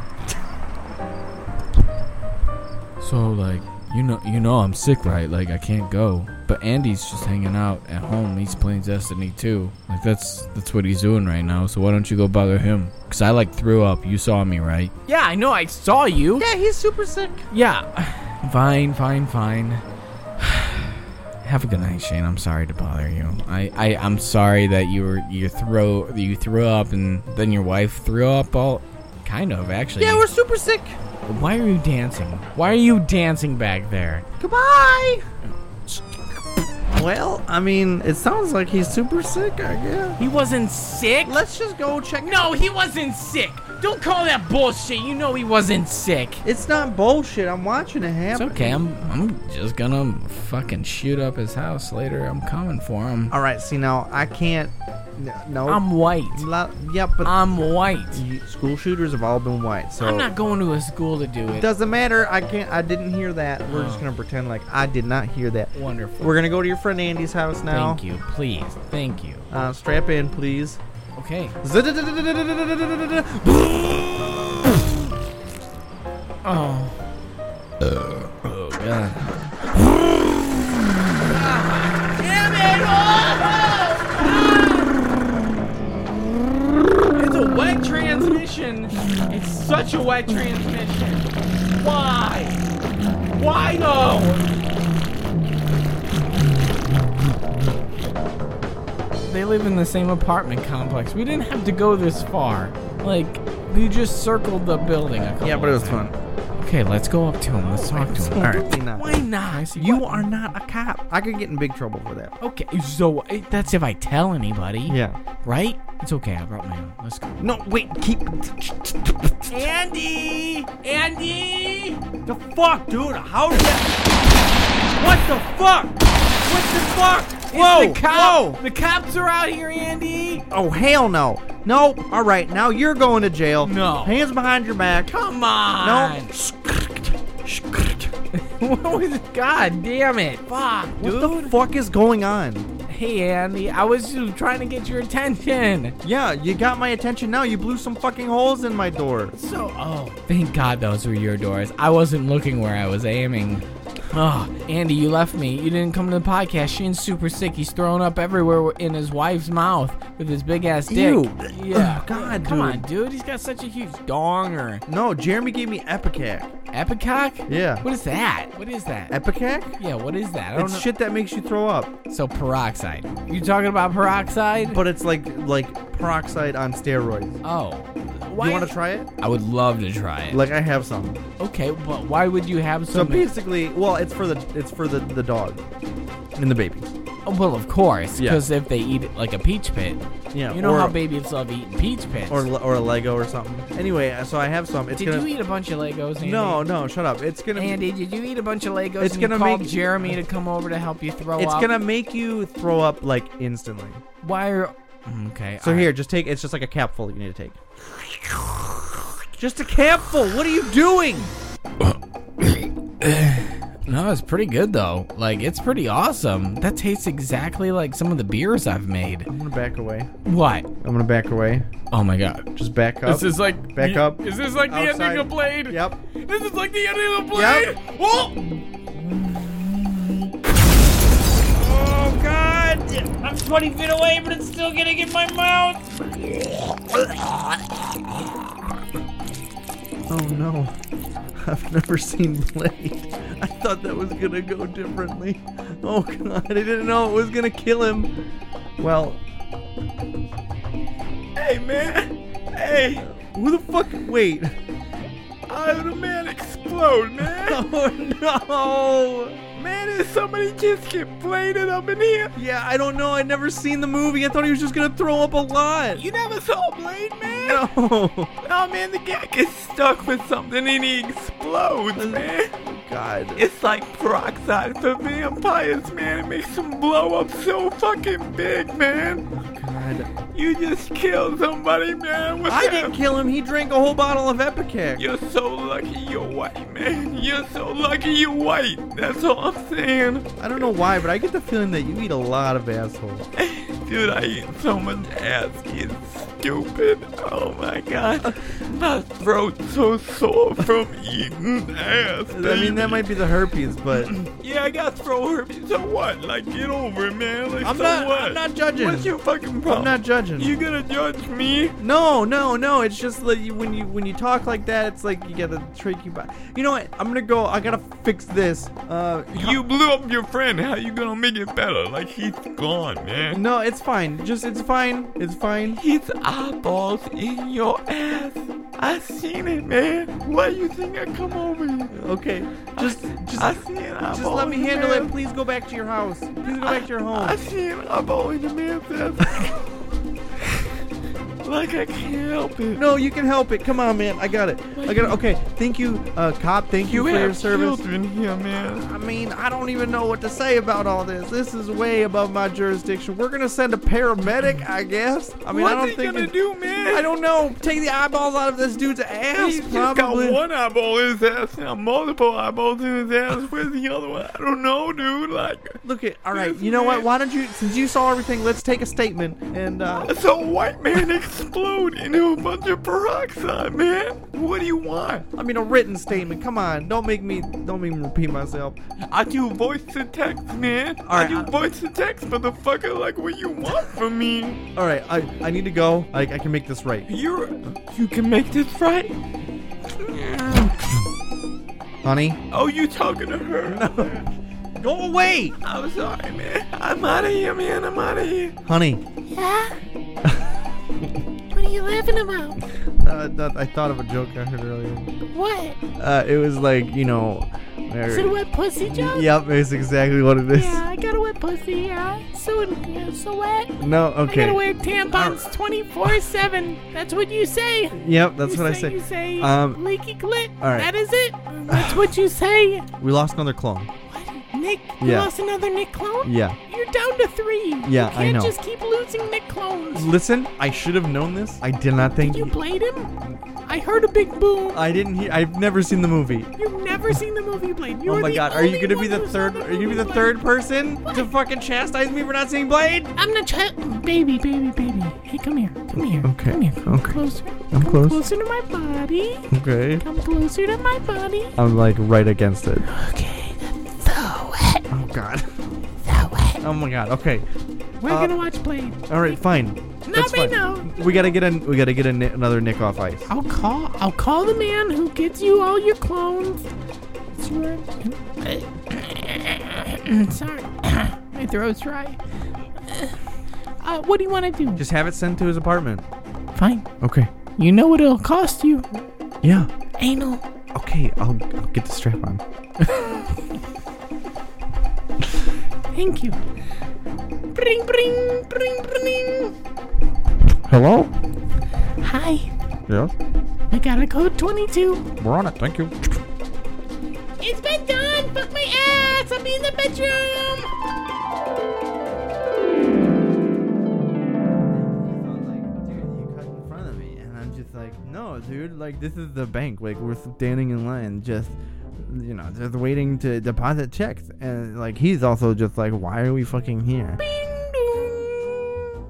Speaker 1: So, like, you know, you know, I'm sick, right? Like, I can't go.
Speaker 8: but Andy's just hanging out at home. He's playing Destiny 2. Like that's that's what he's doing right now. So why don't you go bother him? Cause I like threw up. You saw me, right?
Speaker 1: Yeah, I know. I saw you.
Speaker 2: Yeah, he's super sick.
Speaker 1: Yeah.
Speaker 8: <sighs> Fine, fine, fine. <sighs> Have a good night, Shane. I'm sorry to bother you. I, I I'm sorry that you were you throw you threw up and then your wife threw up all kind of actually.
Speaker 2: Yeah, we're super sick.
Speaker 1: Why are you dancing? Why are you dancing back there?
Speaker 2: Goodbye.
Speaker 9: Well, I mean, it sounds like he's super sick, I guess.
Speaker 1: He wasn't sick.
Speaker 2: Let's just go check.
Speaker 1: No, he wasn't sick. Don't call that bullshit. You know he wasn't sick.
Speaker 2: It's not bullshit. I'm watching it
Speaker 8: It's
Speaker 2: happen.
Speaker 8: okay. I'm I'm just gonna fucking shoot up his house later. I'm coming for him.
Speaker 2: All right. See now, I can't. n- No.
Speaker 1: I'm white.
Speaker 2: La- yeah, but
Speaker 1: I'm white.
Speaker 2: you- school shooters have all been white, so
Speaker 1: Um, I'm not going to a school to do
Speaker 2: it
Speaker 1: it.
Speaker 2: doesn't matter. I can't. I didn't hear that. We're
Speaker 1: Oh.
Speaker 2: just gonna pretend like I did not hear that.
Speaker 1: Wonderful.
Speaker 2: We're gonna go to your friend Andy's house now.
Speaker 1: Thank you. Please. Thank you.
Speaker 2: Uh, strap in, please. <laughs>
Speaker 1: Okay. Oh.
Speaker 8: Oh god.
Speaker 1: It's a wet transmission. It's such a wet transmission. Why? Why though? They live in the same apartment complex. We didn't have to go this far. Like, we just circled the building. A couple
Speaker 9: Yeah, but it was fun.
Speaker 8: Okay, let's go up to him. Let's talk to him.
Speaker 2: Definitely
Speaker 1: <laughs>
Speaker 2: not.
Speaker 1: Why not?
Speaker 2: You are not a cop. I could get in big trouble for that.
Speaker 1: Okay, so eh, that's if I tell anybody,
Speaker 2: Yeah.
Speaker 1: right? It's okay. I brought my own. Let's go.
Speaker 2: No, wait. Keep. <laughs>
Speaker 1: Andy, Andy.
Speaker 2: The fuck, dude? How did that? What the fuck? What the fuck? Whoa!
Speaker 1: the cop.
Speaker 2: Whoa!
Speaker 1: The cops are out here, Andy.
Speaker 2: Oh hell no! No. All right, now you're going to jail.
Speaker 1: No.
Speaker 2: Hands behind your back.
Speaker 1: Come
Speaker 2: No.
Speaker 1: on. <laughs> what was? God damn it. Fuck,
Speaker 2: What
Speaker 1: dude.
Speaker 2: the fuck is going on?
Speaker 1: hey, Andy. I was just trying to get your attention.
Speaker 2: Yeah, you got my attention now. You blew some fucking holes in my door.
Speaker 1: So, oh, thank God those were your doors. I wasn't looking where I was aiming. Oh, Andy, you left me. You didn't come to the podcast. Shane's super sick. He's throwing up everywhere in his wife's mouth with his big ass dick.
Speaker 2: Ew.
Speaker 1: Yeah.
Speaker 2: Ugh, God,
Speaker 1: Come
Speaker 2: dude.
Speaker 1: on, dude. He's got such a huge donger.
Speaker 2: No, Jeremy gave me Epicac.
Speaker 1: Epicock?
Speaker 2: Yeah.
Speaker 1: What is that? What is that?
Speaker 2: Epicac?
Speaker 1: yeah, what is that? I don't
Speaker 2: It's
Speaker 1: know.
Speaker 2: shit that makes you throw up,
Speaker 1: so peroxide. You talking about peroxide?
Speaker 2: but it's like like peroxide on steroids.
Speaker 1: oh. Why?
Speaker 2: You want to try it?
Speaker 1: I would love to try it.
Speaker 2: Like I have some.
Speaker 1: okay, but why would you have
Speaker 2: So
Speaker 1: so many?
Speaker 2: basically, well, it's for the it's for the the dog and the baby.
Speaker 1: Oh, Well, of course,
Speaker 2: Yeah.
Speaker 1: because if they eat it like a peach pit,
Speaker 2: Yeah.
Speaker 1: you know
Speaker 2: or,
Speaker 1: how babies love eating peach pits.
Speaker 2: or or a Lego or something. Anyway, uh, so I have some. It's
Speaker 1: did
Speaker 2: gonna
Speaker 1: you eat a bunch of Legos, Andy?
Speaker 2: no no shut up. It's gonna
Speaker 1: Andy, did you eat a bunch of Legos?
Speaker 2: It's
Speaker 1: and you
Speaker 2: gonna
Speaker 1: called
Speaker 2: make-
Speaker 1: Jeremy to come over to help you throw
Speaker 2: it's
Speaker 1: up.
Speaker 2: gonna make you throw up like instantly.
Speaker 1: Why are? Mm, Okay.
Speaker 2: So
Speaker 1: all right.
Speaker 2: here, just take. It's just like a capful that you need to take. Just a capful. What are you doing?
Speaker 8: No, it's pretty good though. Like it's pretty awesome. That tastes exactly like some of the beers I've made.
Speaker 2: I'm gonna back away.
Speaker 8: What?
Speaker 2: I'm gonna back away.
Speaker 8: Oh my god.
Speaker 2: Just back up.
Speaker 8: is like
Speaker 2: Back up.
Speaker 8: Is this like
Speaker 2: Outside.
Speaker 8: Blade?
Speaker 2: Yep.
Speaker 8: This is like the ending of
Speaker 2: Yep.
Speaker 8: Whoa!
Speaker 1: Oh God! I'm 20 feet away, but it's still getting in my mouth.
Speaker 2: Oh no. I've never seen Blade. I thought that was gonna go differently. Oh god, I didn't know it was gonna kill him. Well. Hey man! Hey! Who the fuck? Wait.
Speaker 10: Iron Man
Speaker 2: <laughs>
Speaker 10: explode, man.
Speaker 2: Oh no!
Speaker 10: man, did somebody just get plated up in here?
Speaker 2: Yeah, I don't know. I'd never seen the movie. I thought he was just gonna throw up a lot.
Speaker 10: You never saw Blade, man.
Speaker 2: No!
Speaker 10: Oh man, the guy gets stuck with something and he explodes, man.
Speaker 2: God.
Speaker 10: It's like peroxide for vampires, man. It makes them blow up so fucking big, man.
Speaker 2: God.
Speaker 10: You just killed somebody, man. With
Speaker 2: I
Speaker 10: that.
Speaker 2: didn't kill him. He drank a whole bottle of Epicac.
Speaker 10: <laughs> You're so lucky you're white, man. You're so lucky you're white. That's all I'm saying.
Speaker 2: I don't know why, but I get the feeling that you eat a lot of asshole.
Speaker 10: Dude, I eat so much ass. It's stupid. Oh my god. My throat's so sore from eating ass.
Speaker 2: I mean, that
Speaker 10: baby.
Speaker 2: might be the herpes,
Speaker 10: <clears throat>
Speaker 2: but
Speaker 10: Yeah, I got throat herpes. So what? Like, get over it, man. Like,
Speaker 2: I'm
Speaker 10: so
Speaker 2: not.
Speaker 10: what?
Speaker 2: I'm not judging.
Speaker 10: What's your fucking problem?
Speaker 2: I'm not judging.
Speaker 10: You gonna judge me?
Speaker 2: No, no, no. It's just like you, when you when you talk like that, it's like you gotta trick you by. You know what? I'm gonna go. I gotta fix this. Uh,
Speaker 10: You blew up your friend. How you gonna make it better? Like, he's gone, man.
Speaker 2: no, it's fine. Just it's fine. It's fine.
Speaker 10: His eyeballs in your ass. I seen it, man. Why you think I come over here?
Speaker 2: Okay. Just just
Speaker 10: I seen eyeballs.
Speaker 2: just let me handle
Speaker 10: man.
Speaker 2: it. Please go back to your house. Please go back to your
Speaker 10: I
Speaker 2: home.
Speaker 10: see an eyeball in the man's ass. <laughs> like I can't help it.
Speaker 2: No, you can help it. Come on, man. I got it. I got it. Okay. Thank you, uh, cop. Thank you,
Speaker 10: you
Speaker 2: for your
Speaker 10: have
Speaker 2: service.
Speaker 10: children here, man.
Speaker 2: I mean, I don't even know what to say about all this. This is way above my jurisdiction. We're gonna send a paramedic, I guess. I mean,
Speaker 10: What's
Speaker 2: I don't
Speaker 10: he
Speaker 2: think
Speaker 10: gonna
Speaker 2: it-
Speaker 10: do, man?
Speaker 2: I don't know. Take the eyeballs out of this dude's ass,
Speaker 10: He's just
Speaker 2: probably.
Speaker 10: got one eyeball in his ass now, multiple eyeballs in his ass. Where's the other one? I don't know, dude. Like,
Speaker 2: Look at. All right. You know what? Why don't you? Since you saw everything, let's take a statement and. uh
Speaker 10: so white man <laughs> explode into a bunch of peroxide, man. What do you want?
Speaker 2: I mean, a written statement. Come on. Don't make me. Don't make me repeat myself.
Speaker 10: I do voice to text, man. I
Speaker 2: right,
Speaker 10: do
Speaker 2: I-
Speaker 10: voice to text, motherfucker. Like, what you want from me?
Speaker 2: All right. I. I need to go. I. I can make this right.
Speaker 10: You're, you can make this right.
Speaker 6: Honey,
Speaker 10: Oh, you talking to her? No.
Speaker 2: Go away.
Speaker 10: <laughs> I'm sorry, man. I'm out of here, man. I'm out of here.
Speaker 6: honey.
Speaker 11: Yeah? what are you laughing about?
Speaker 2: Uh, that, I thought of a joke I heard earlier.
Speaker 11: What?
Speaker 2: Uh, it was like you know.
Speaker 11: Is it a wet pussy joke?
Speaker 2: Yep, it's exactly what it is.
Speaker 11: Yeah, I got a wet pussy. Yeah, so yeah, so wet.
Speaker 2: No,
Speaker 11: I
Speaker 2: okay.
Speaker 11: gotta wear tampons twenty four seven. That's what you say.
Speaker 2: Yep, that's
Speaker 11: You
Speaker 2: what I say.
Speaker 11: You say
Speaker 2: Um,
Speaker 11: leaky clit.
Speaker 2: all right.
Speaker 11: That is it. That's what you say.
Speaker 2: We lost another clone.
Speaker 11: What? Nick, you
Speaker 2: Yeah.
Speaker 11: lost another Nick clone.
Speaker 2: Yeah.
Speaker 11: You're down to three.
Speaker 2: Yeah,
Speaker 11: you
Speaker 2: I
Speaker 11: can't
Speaker 2: know.
Speaker 11: just keep losing Nick clones.
Speaker 2: Listen, I should have known this. I did not think
Speaker 11: You played him. I heard a big boom.
Speaker 2: I didn't hear. I've never seen the movie.
Speaker 11: You've never seen the movie Blade. You're
Speaker 2: oh my
Speaker 11: the
Speaker 2: god, are you
Speaker 11: only
Speaker 2: gonna be the
Speaker 11: one who saw
Speaker 2: third? Are you gonna be
Speaker 11: movie
Speaker 2: the
Speaker 11: Blade.
Speaker 2: third person to fucking chastise me for not seeing Blade?
Speaker 11: I'm the child. Baby, baby, baby. Hey, come here. Come here.
Speaker 2: Okay,
Speaker 11: Come here. Come
Speaker 2: okay.
Speaker 11: closer.
Speaker 2: I'm
Speaker 11: Come
Speaker 2: close.
Speaker 11: closer to my body.
Speaker 2: Okay.
Speaker 11: Come closer to my body.
Speaker 2: I'm like right against
Speaker 11: <gasps>
Speaker 2: it.
Speaker 11: Okay. that's So wet.
Speaker 2: Oh god.
Speaker 11: So wet.
Speaker 2: Oh my god. Okay.
Speaker 11: We're
Speaker 2: Uh,
Speaker 11: gonna watch Blade.
Speaker 2: All right. Fine.
Speaker 11: Not
Speaker 2: That's
Speaker 11: right
Speaker 2: fine.
Speaker 11: now.
Speaker 2: We gotta get a. We gotta get a, ni- another Nick off ice.
Speaker 11: I'll call. I'll call the man who gets you all your clones. It's your- <coughs> Sorry, my throat's dry. Uh, what do you want to do?
Speaker 2: Just have it sent to his apartment.
Speaker 11: Fine.
Speaker 2: Okay.
Speaker 11: You know what it'll cost you.
Speaker 2: Yeah.
Speaker 11: Anal.
Speaker 2: Okay. I'll. I'll get the strap on.
Speaker 11: Thank you. Bring, bring, bring, bring.
Speaker 2: Hello.
Speaker 11: Hi,
Speaker 2: Yes.
Speaker 11: I got a code 22.
Speaker 2: We're on it. Thank you.
Speaker 11: It's been done. Fuck my ass. I'll be in the bedroom.
Speaker 2: you cut in front of me, and I'm just like, no, dude, like this is the bank, like we're standing in line, just you know, just waiting to deposit checks, and like he's also just like, why are we fucking here?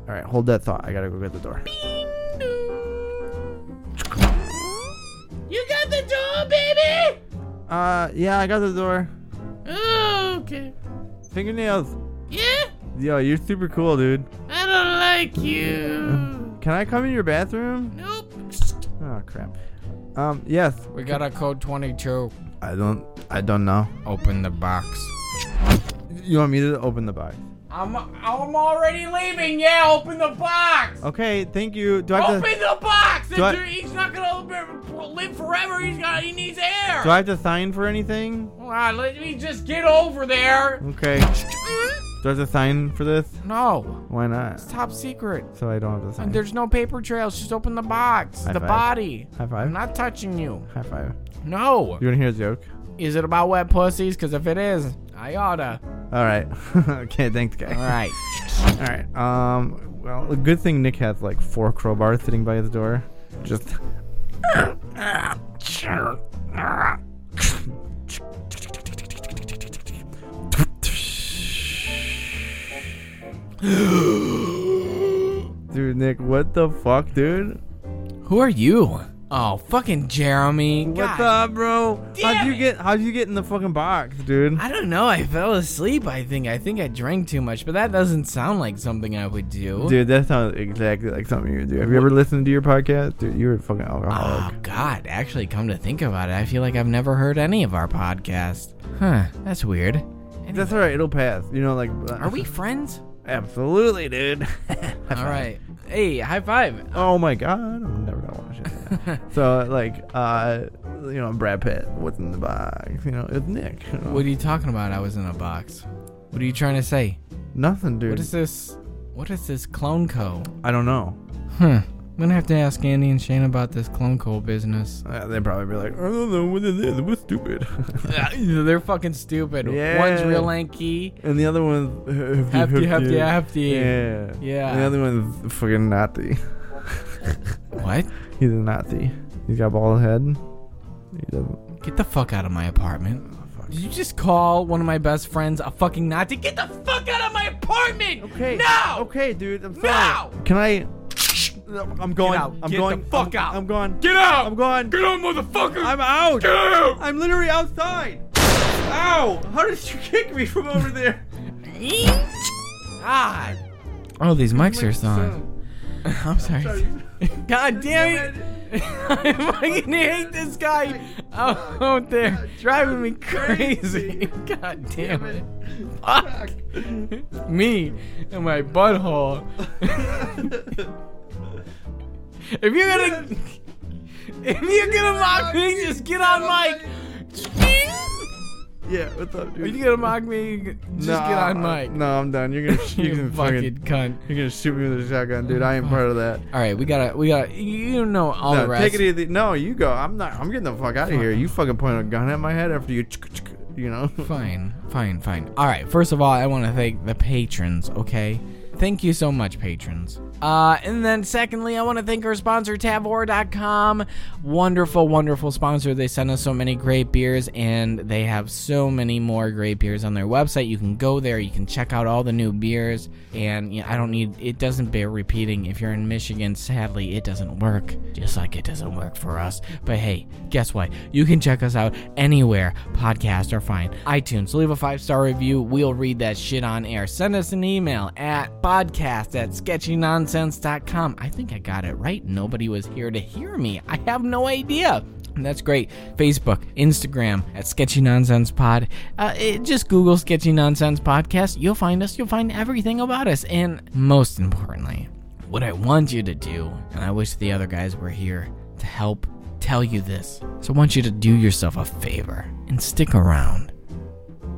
Speaker 2: All right, hold that thought. I gotta go get the door.
Speaker 11: You got the door, baby.
Speaker 2: Uh, yeah, I got the door.
Speaker 11: Oh, okay.
Speaker 2: Fingernails.
Speaker 11: Yeah.
Speaker 2: Yo, you're super cool, dude.
Speaker 11: I don't like you.
Speaker 2: Can I come in your bathroom?
Speaker 11: Nope.
Speaker 2: Oh crap. Um, yes.
Speaker 1: We got a code 22.
Speaker 2: I don't. I don't know.
Speaker 1: Open the box.
Speaker 2: You want me to open the box?
Speaker 1: I'm I'm already leaving. Yeah, open the box.
Speaker 2: Okay, thank you. Do I have to?
Speaker 1: Open the box.
Speaker 2: Do I-
Speaker 1: It's- he's not gonna live- live forever. He's got he needs air.
Speaker 2: Do I have to sign for anything?
Speaker 1: Ah, let me just get over there.
Speaker 2: Okay. Do I have to sign for this?
Speaker 1: No,
Speaker 2: Why not?
Speaker 1: it's top secret.
Speaker 2: So I don't have to sign.
Speaker 1: There's no paper trails. Just open the box.
Speaker 2: High
Speaker 1: the
Speaker 2: five.
Speaker 1: body.
Speaker 2: High
Speaker 1: I'm
Speaker 2: five.
Speaker 1: not touching you.
Speaker 2: High five.
Speaker 1: No.
Speaker 2: You want to hear a joke?
Speaker 1: Is it about wet pussies? Because if it is, I oughta.
Speaker 2: All right. <laughs> okay. Thanks, guy.
Speaker 1: All right.
Speaker 2: All right. Um. Well, a good thing Nick has like four crowbars sitting by his door. Just. <gasps> Nick. What the fuck, dude?
Speaker 1: Who are you? Oh, fucking Jeremy.
Speaker 2: What
Speaker 1: God,
Speaker 2: the bro? How'd you get? How'd you get in the fucking box, dude?
Speaker 1: I don't know. I fell asleep. I think. I think I drank too much, but that doesn't sound like something I would do.
Speaker 2: Dude, that sounds exactly like something you would do. Have you ever listened to your podcast? Dude, you're a fucking
Speaker 1: Oh
Speaker 2: alcoholic.
Speaker 1: God! Actually, come to think about it, I feel like I've never heard any of our podcast. Huh? That's weird.
Speaker 2: That's alright, it'll pass. You know, like uh,
Speaker 1: Are we friends?
Speaker 2: Absolutely, dude.
Speaker 1: All right. Hey, high five.
Speaker 2: <laughs> oh my god, I'm never gonna watch <laughs> it. so like, uh, you know, Brad Pitt was in the box. You know, it's Nick. you know.
Speaker 1: What are you talking about? I was in a box. What are you trying to say?
Speaker 2: Nothing, dude.
Speaker 1: What is this? What is this clone co?
Speaker 2: I don't know.
Speaker 1: Huh. I'm gonna have to ask Andy and Shane about this clone co business.
Speaker 2: Uh, they'd probably be like, I don't know what it is. We're <laughs> stupid.
Speaker 1: Uh, They're fucking stupid.
Speaker 2: Yeah.
Speaker 1: One's real lanky.
Speaker 2: and the other one's
Speaker 1: Hefty, hefty, hefty.
Speaker 2: Yeah.
Speaker 1: Yeah.
Speaker 2: And the other one's fucking Nazi. <laughs>
Speaker 1: What?
Speaker 2: He's a Nazi. He's got a bald head. He doesn't.
Speaker 1: Get the fuck out of my apartment. Did you just call one of my best friends a fucking Nazi? Get the fuck out of my apartment!
Speaker 2: Okay.
Speaker 1: Now!
Speaker 2: Okay, dude. I'm sorry.
Speaker 1: Now!
Speaker 2: Can I? I'm going. I'm
Speaker 1: Get
Speaker 2: going.
Speaker 1: the fuck
Speaker 2: I'm,
Speaker 1: out.
Speaker 2: I'm gone.
Speaker 1: Get out!
Speaker 2: I'm gone.
Speaker 1: Get out, motherfucker!
Speaker 2: I'm out.
Speaker 1: Get out!
Speaker 2: I'm literally outside. Ow! How did you kick me from over <laughs> there?
Speaker 1: God! Oh, these mics are on. <laughs> I'm sorry. <laughs> God damn it! <laughs> I fucking hate this guy <laughs> out there, driving me <laughs> crazy. God damn it! Fuck <laughs> me and my butthole. <laughs> if you're <laughs> gonna, if you're gonna mock me, just get on mic.
Speaker 2: Yeah. What's up, dude?
Speaker 1: If you're gonna mock me, just get on mic.
Speaker 2: No, I'm done. You're gonna. You're
Speaker 1: You
Speaker 2: gonna
Speaker 1: fucking
Speaker 2: fucking.
Speaker 1: cunt.
Speaker 2: You're gonna shoot me with a shotgun, dude. I ain't part of <laughs> that.
Speaker 1: All right, we gotta, we gotta. You you know all the
Speaker 2: No,
Speaker 1: rest.
Speaker 2: take it easy. No, you go. I'm not. I'm getting the fuck out of here. You fucking point a gun at my head after you. You know.
Speaker 1: Fine, fine, fine. All right. First of all, I want to thank the patrons. Okay, thank you so much, patrons. Uh, and then secondly, I want to thank our sponsor, Tavor.com. Wonderful, wonderful sponsor. They send us so many great beers, and they have so many more great beers on their website. You can go there, you can check out all the new beers, and yeah, I don't need. It doesn't bear repeating. If you're in Michigan, sadly, it doesn't work. Just like it doesn't work for us. But hey, guess what? You can check us out anywhere. Podcasts are fine. iTunes, leave a five star review. We'll read that shit on air. Send us an email at podcast at sketchynonsense.com. I think I got it right. Nobody was here to hear me. I have no idea. And that's great. Facebook, Instagram at Sketchy Nonsense Pod. Uh, it- just Google Sketchy Nonsense Podcast. You'll find us. You'll find everything about us. And most importantly, what I want you to do, and I wish the other guys were here to help tell you this. So I want you to do yourself a favor and stick around.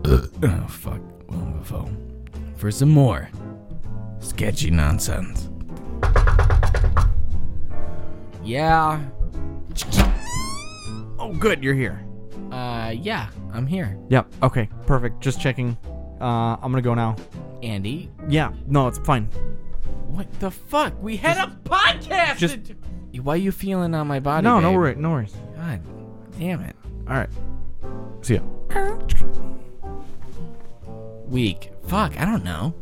Speaker 1: oh, fuck. Willem Dafoe. For some more sketchy nonsense. Yeah.
Speaker 2: Oh, good. You're here.
Speaker 1: Uh, yeah, I'm here.
Speaker 2: Yep. Okay. Perfect. Just checking. Uh, I'm gonna go now.
Speaker 1: Andy,
Speaker 2: Yeah. No, it's fine.
Speaker 1: what the fuck? We had a podcast!
Speaker 2: just-
Speaker 1: to do- Why you feeling on my body?
Speaker 2: No, no
Speaker 1: babe?
Speaker 2: worries. No worries.
Speaker 1: God damn it.
Speaker 2: All right. See ya.
Speaker 1: Week. Fuck, I don't know.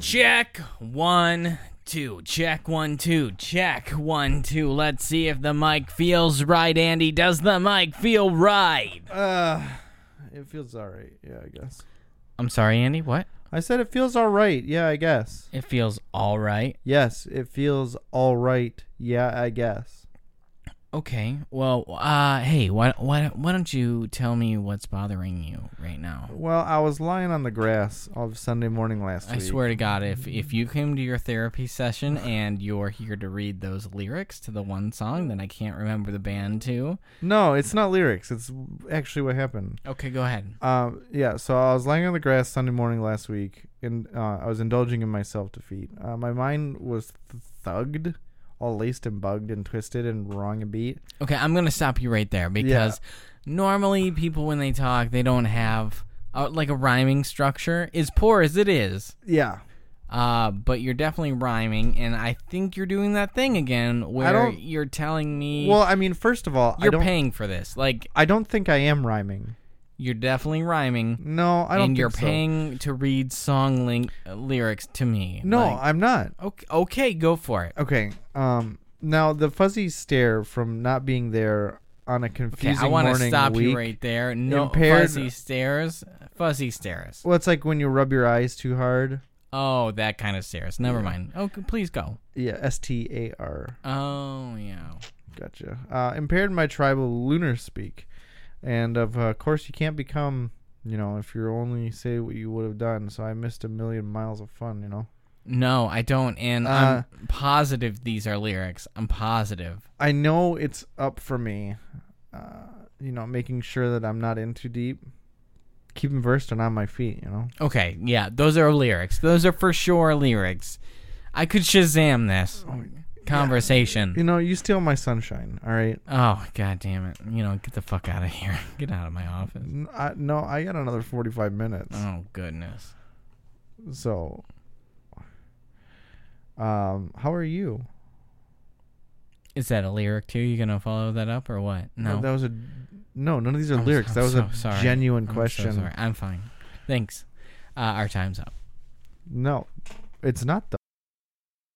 Speaker 1: Check one, two. Check one, two. Check one, two. Let's see if the mic feels right, Andy. Does the mic feel right?
Speaker 2: Uh, it feels alright. Yeah, I guess.
Speaker 1: I'm sorry, Andy. What?
Speaker 2: I said it feels alright. Yeah, I guess.
Speaker 1: It feels all right.
Speaker 2: Yes, it feels alright. Yeah, I guess.
Speaker 1: Okay. Well, uh, hey, why, why, why don't you tell me what's bothering you right now?
Speaker 2: Well, I was lying on the grass of Sunday morning last
Speaker 1: I
Speaker 2: week.
Speaker 1: swear to God, if if you came to your therapy session and you're here to read those lyrics to the one song that I can't remember the band to,
Speaker 2: No, it's not lyrics. It's actually what happened.
Speaker 1: okay, go ahead.
Speaker 2: Um, yeah, so I was lying on the grass Sunday morning last week, and uh, I was indulging in my self defeat. Uh, my mind was th- thugged, all laced and bugged and twisted and wrong a beat.
Speaker 1: Okay, I'm gonna stop you right there because normally people when they talk they don't have uh, like a rhyming structure. As poor as it is,
Speaker 2: Yeah,
Speaker 1: Uh, but you're definitely rhyming, and I think you're doing that thing again where
Speaker 2: don't-
Speaker 1: you're telling me
Speaker 2: Well, I mean, first of all, I
Speaker 1: you're
Speaker 2: don't.
Speaker 1: paying for this. Like
Speaker 2: I don't think I am rhyming.
Speaker 1: you're definitely rhyming,
Speaker 2: No, I don't.
Speaker 1: and you're
Speaker 2: think so.
Speaker 1: paying to read song link- uh, lyrics to me.
Speaker 2: No,
Speaker 1: Like,
Speaker 2: I'm not.
Speaker 1: okay, okay, go for it.
Speaker 2: Okay. Um. Now the fuzzy stare from not being there on a
Speaker 1: Okay,
Speaker 2: confusing
Speaker 1: I want to
Speaker 2: morning
Speaker 1: stop
Speaker 2: week.
Speaker 1: you right there. No
Speaker 2: Impaired-
Speaker 1: fuzzy stares, fuzzy stares.
Speaker 2: Well, it's like when you rub your eyes too hard.
Speaker 1: Oh, that kind of stares. Never mind. Oh, c- please go.
Speaker 2: Yeah, S T A R.
Speaker 1: Oh yeah.
Speaker 2: Gotcha. Uh, impaired my tribal lunar speak, and of uh, course you can't become. You know, if you only say what you would have done, so I missed a million miles of fun. You know,
Speaker 1: No, I don't, and
Speaker 2: Uh,
Speaker 1: I'm positive these are lyrics. I'm positive.
Speaker 2: I know it's up for me. Uh, you know, making sure that I'm not in too deep, keeping versed and on my feet. You know.
Speaker 1: Okay, yeah, those are lyrics. Those are for sure lyrics. I could Shazam this
Speaker 2: Oh,
Speaker 1: conversation.
Speaker 2: You know, you steal my sunshine. All right.
Speaker 1: Oh god damn it! You know, get the fuck out of here. <laughs> Get out of my office.
Speaker 2: N- I, no, I got another 45 minutes.
Speaker 1: Oh goodness.
Speaker 2: So, um, how are you?
Speaker 1: Is that a lyric too? You gonna follow that up or what? No.
Speaker 2: That was a no. None of these are
Speaker 1: I'm-
Speaker 2: lyrics.
Speaker 1: I'm
Speaker 2: that was
Speaker 1: so
Speaker 2: a
Speaker 1: sorry.
Speaker 2: genuine
Speaker 1: I'm so
Speaker 2: question.
Speaker 1: sorry. I'm fine. Thanks. Uh, our time's up.
Speaker 2: No, it's not though.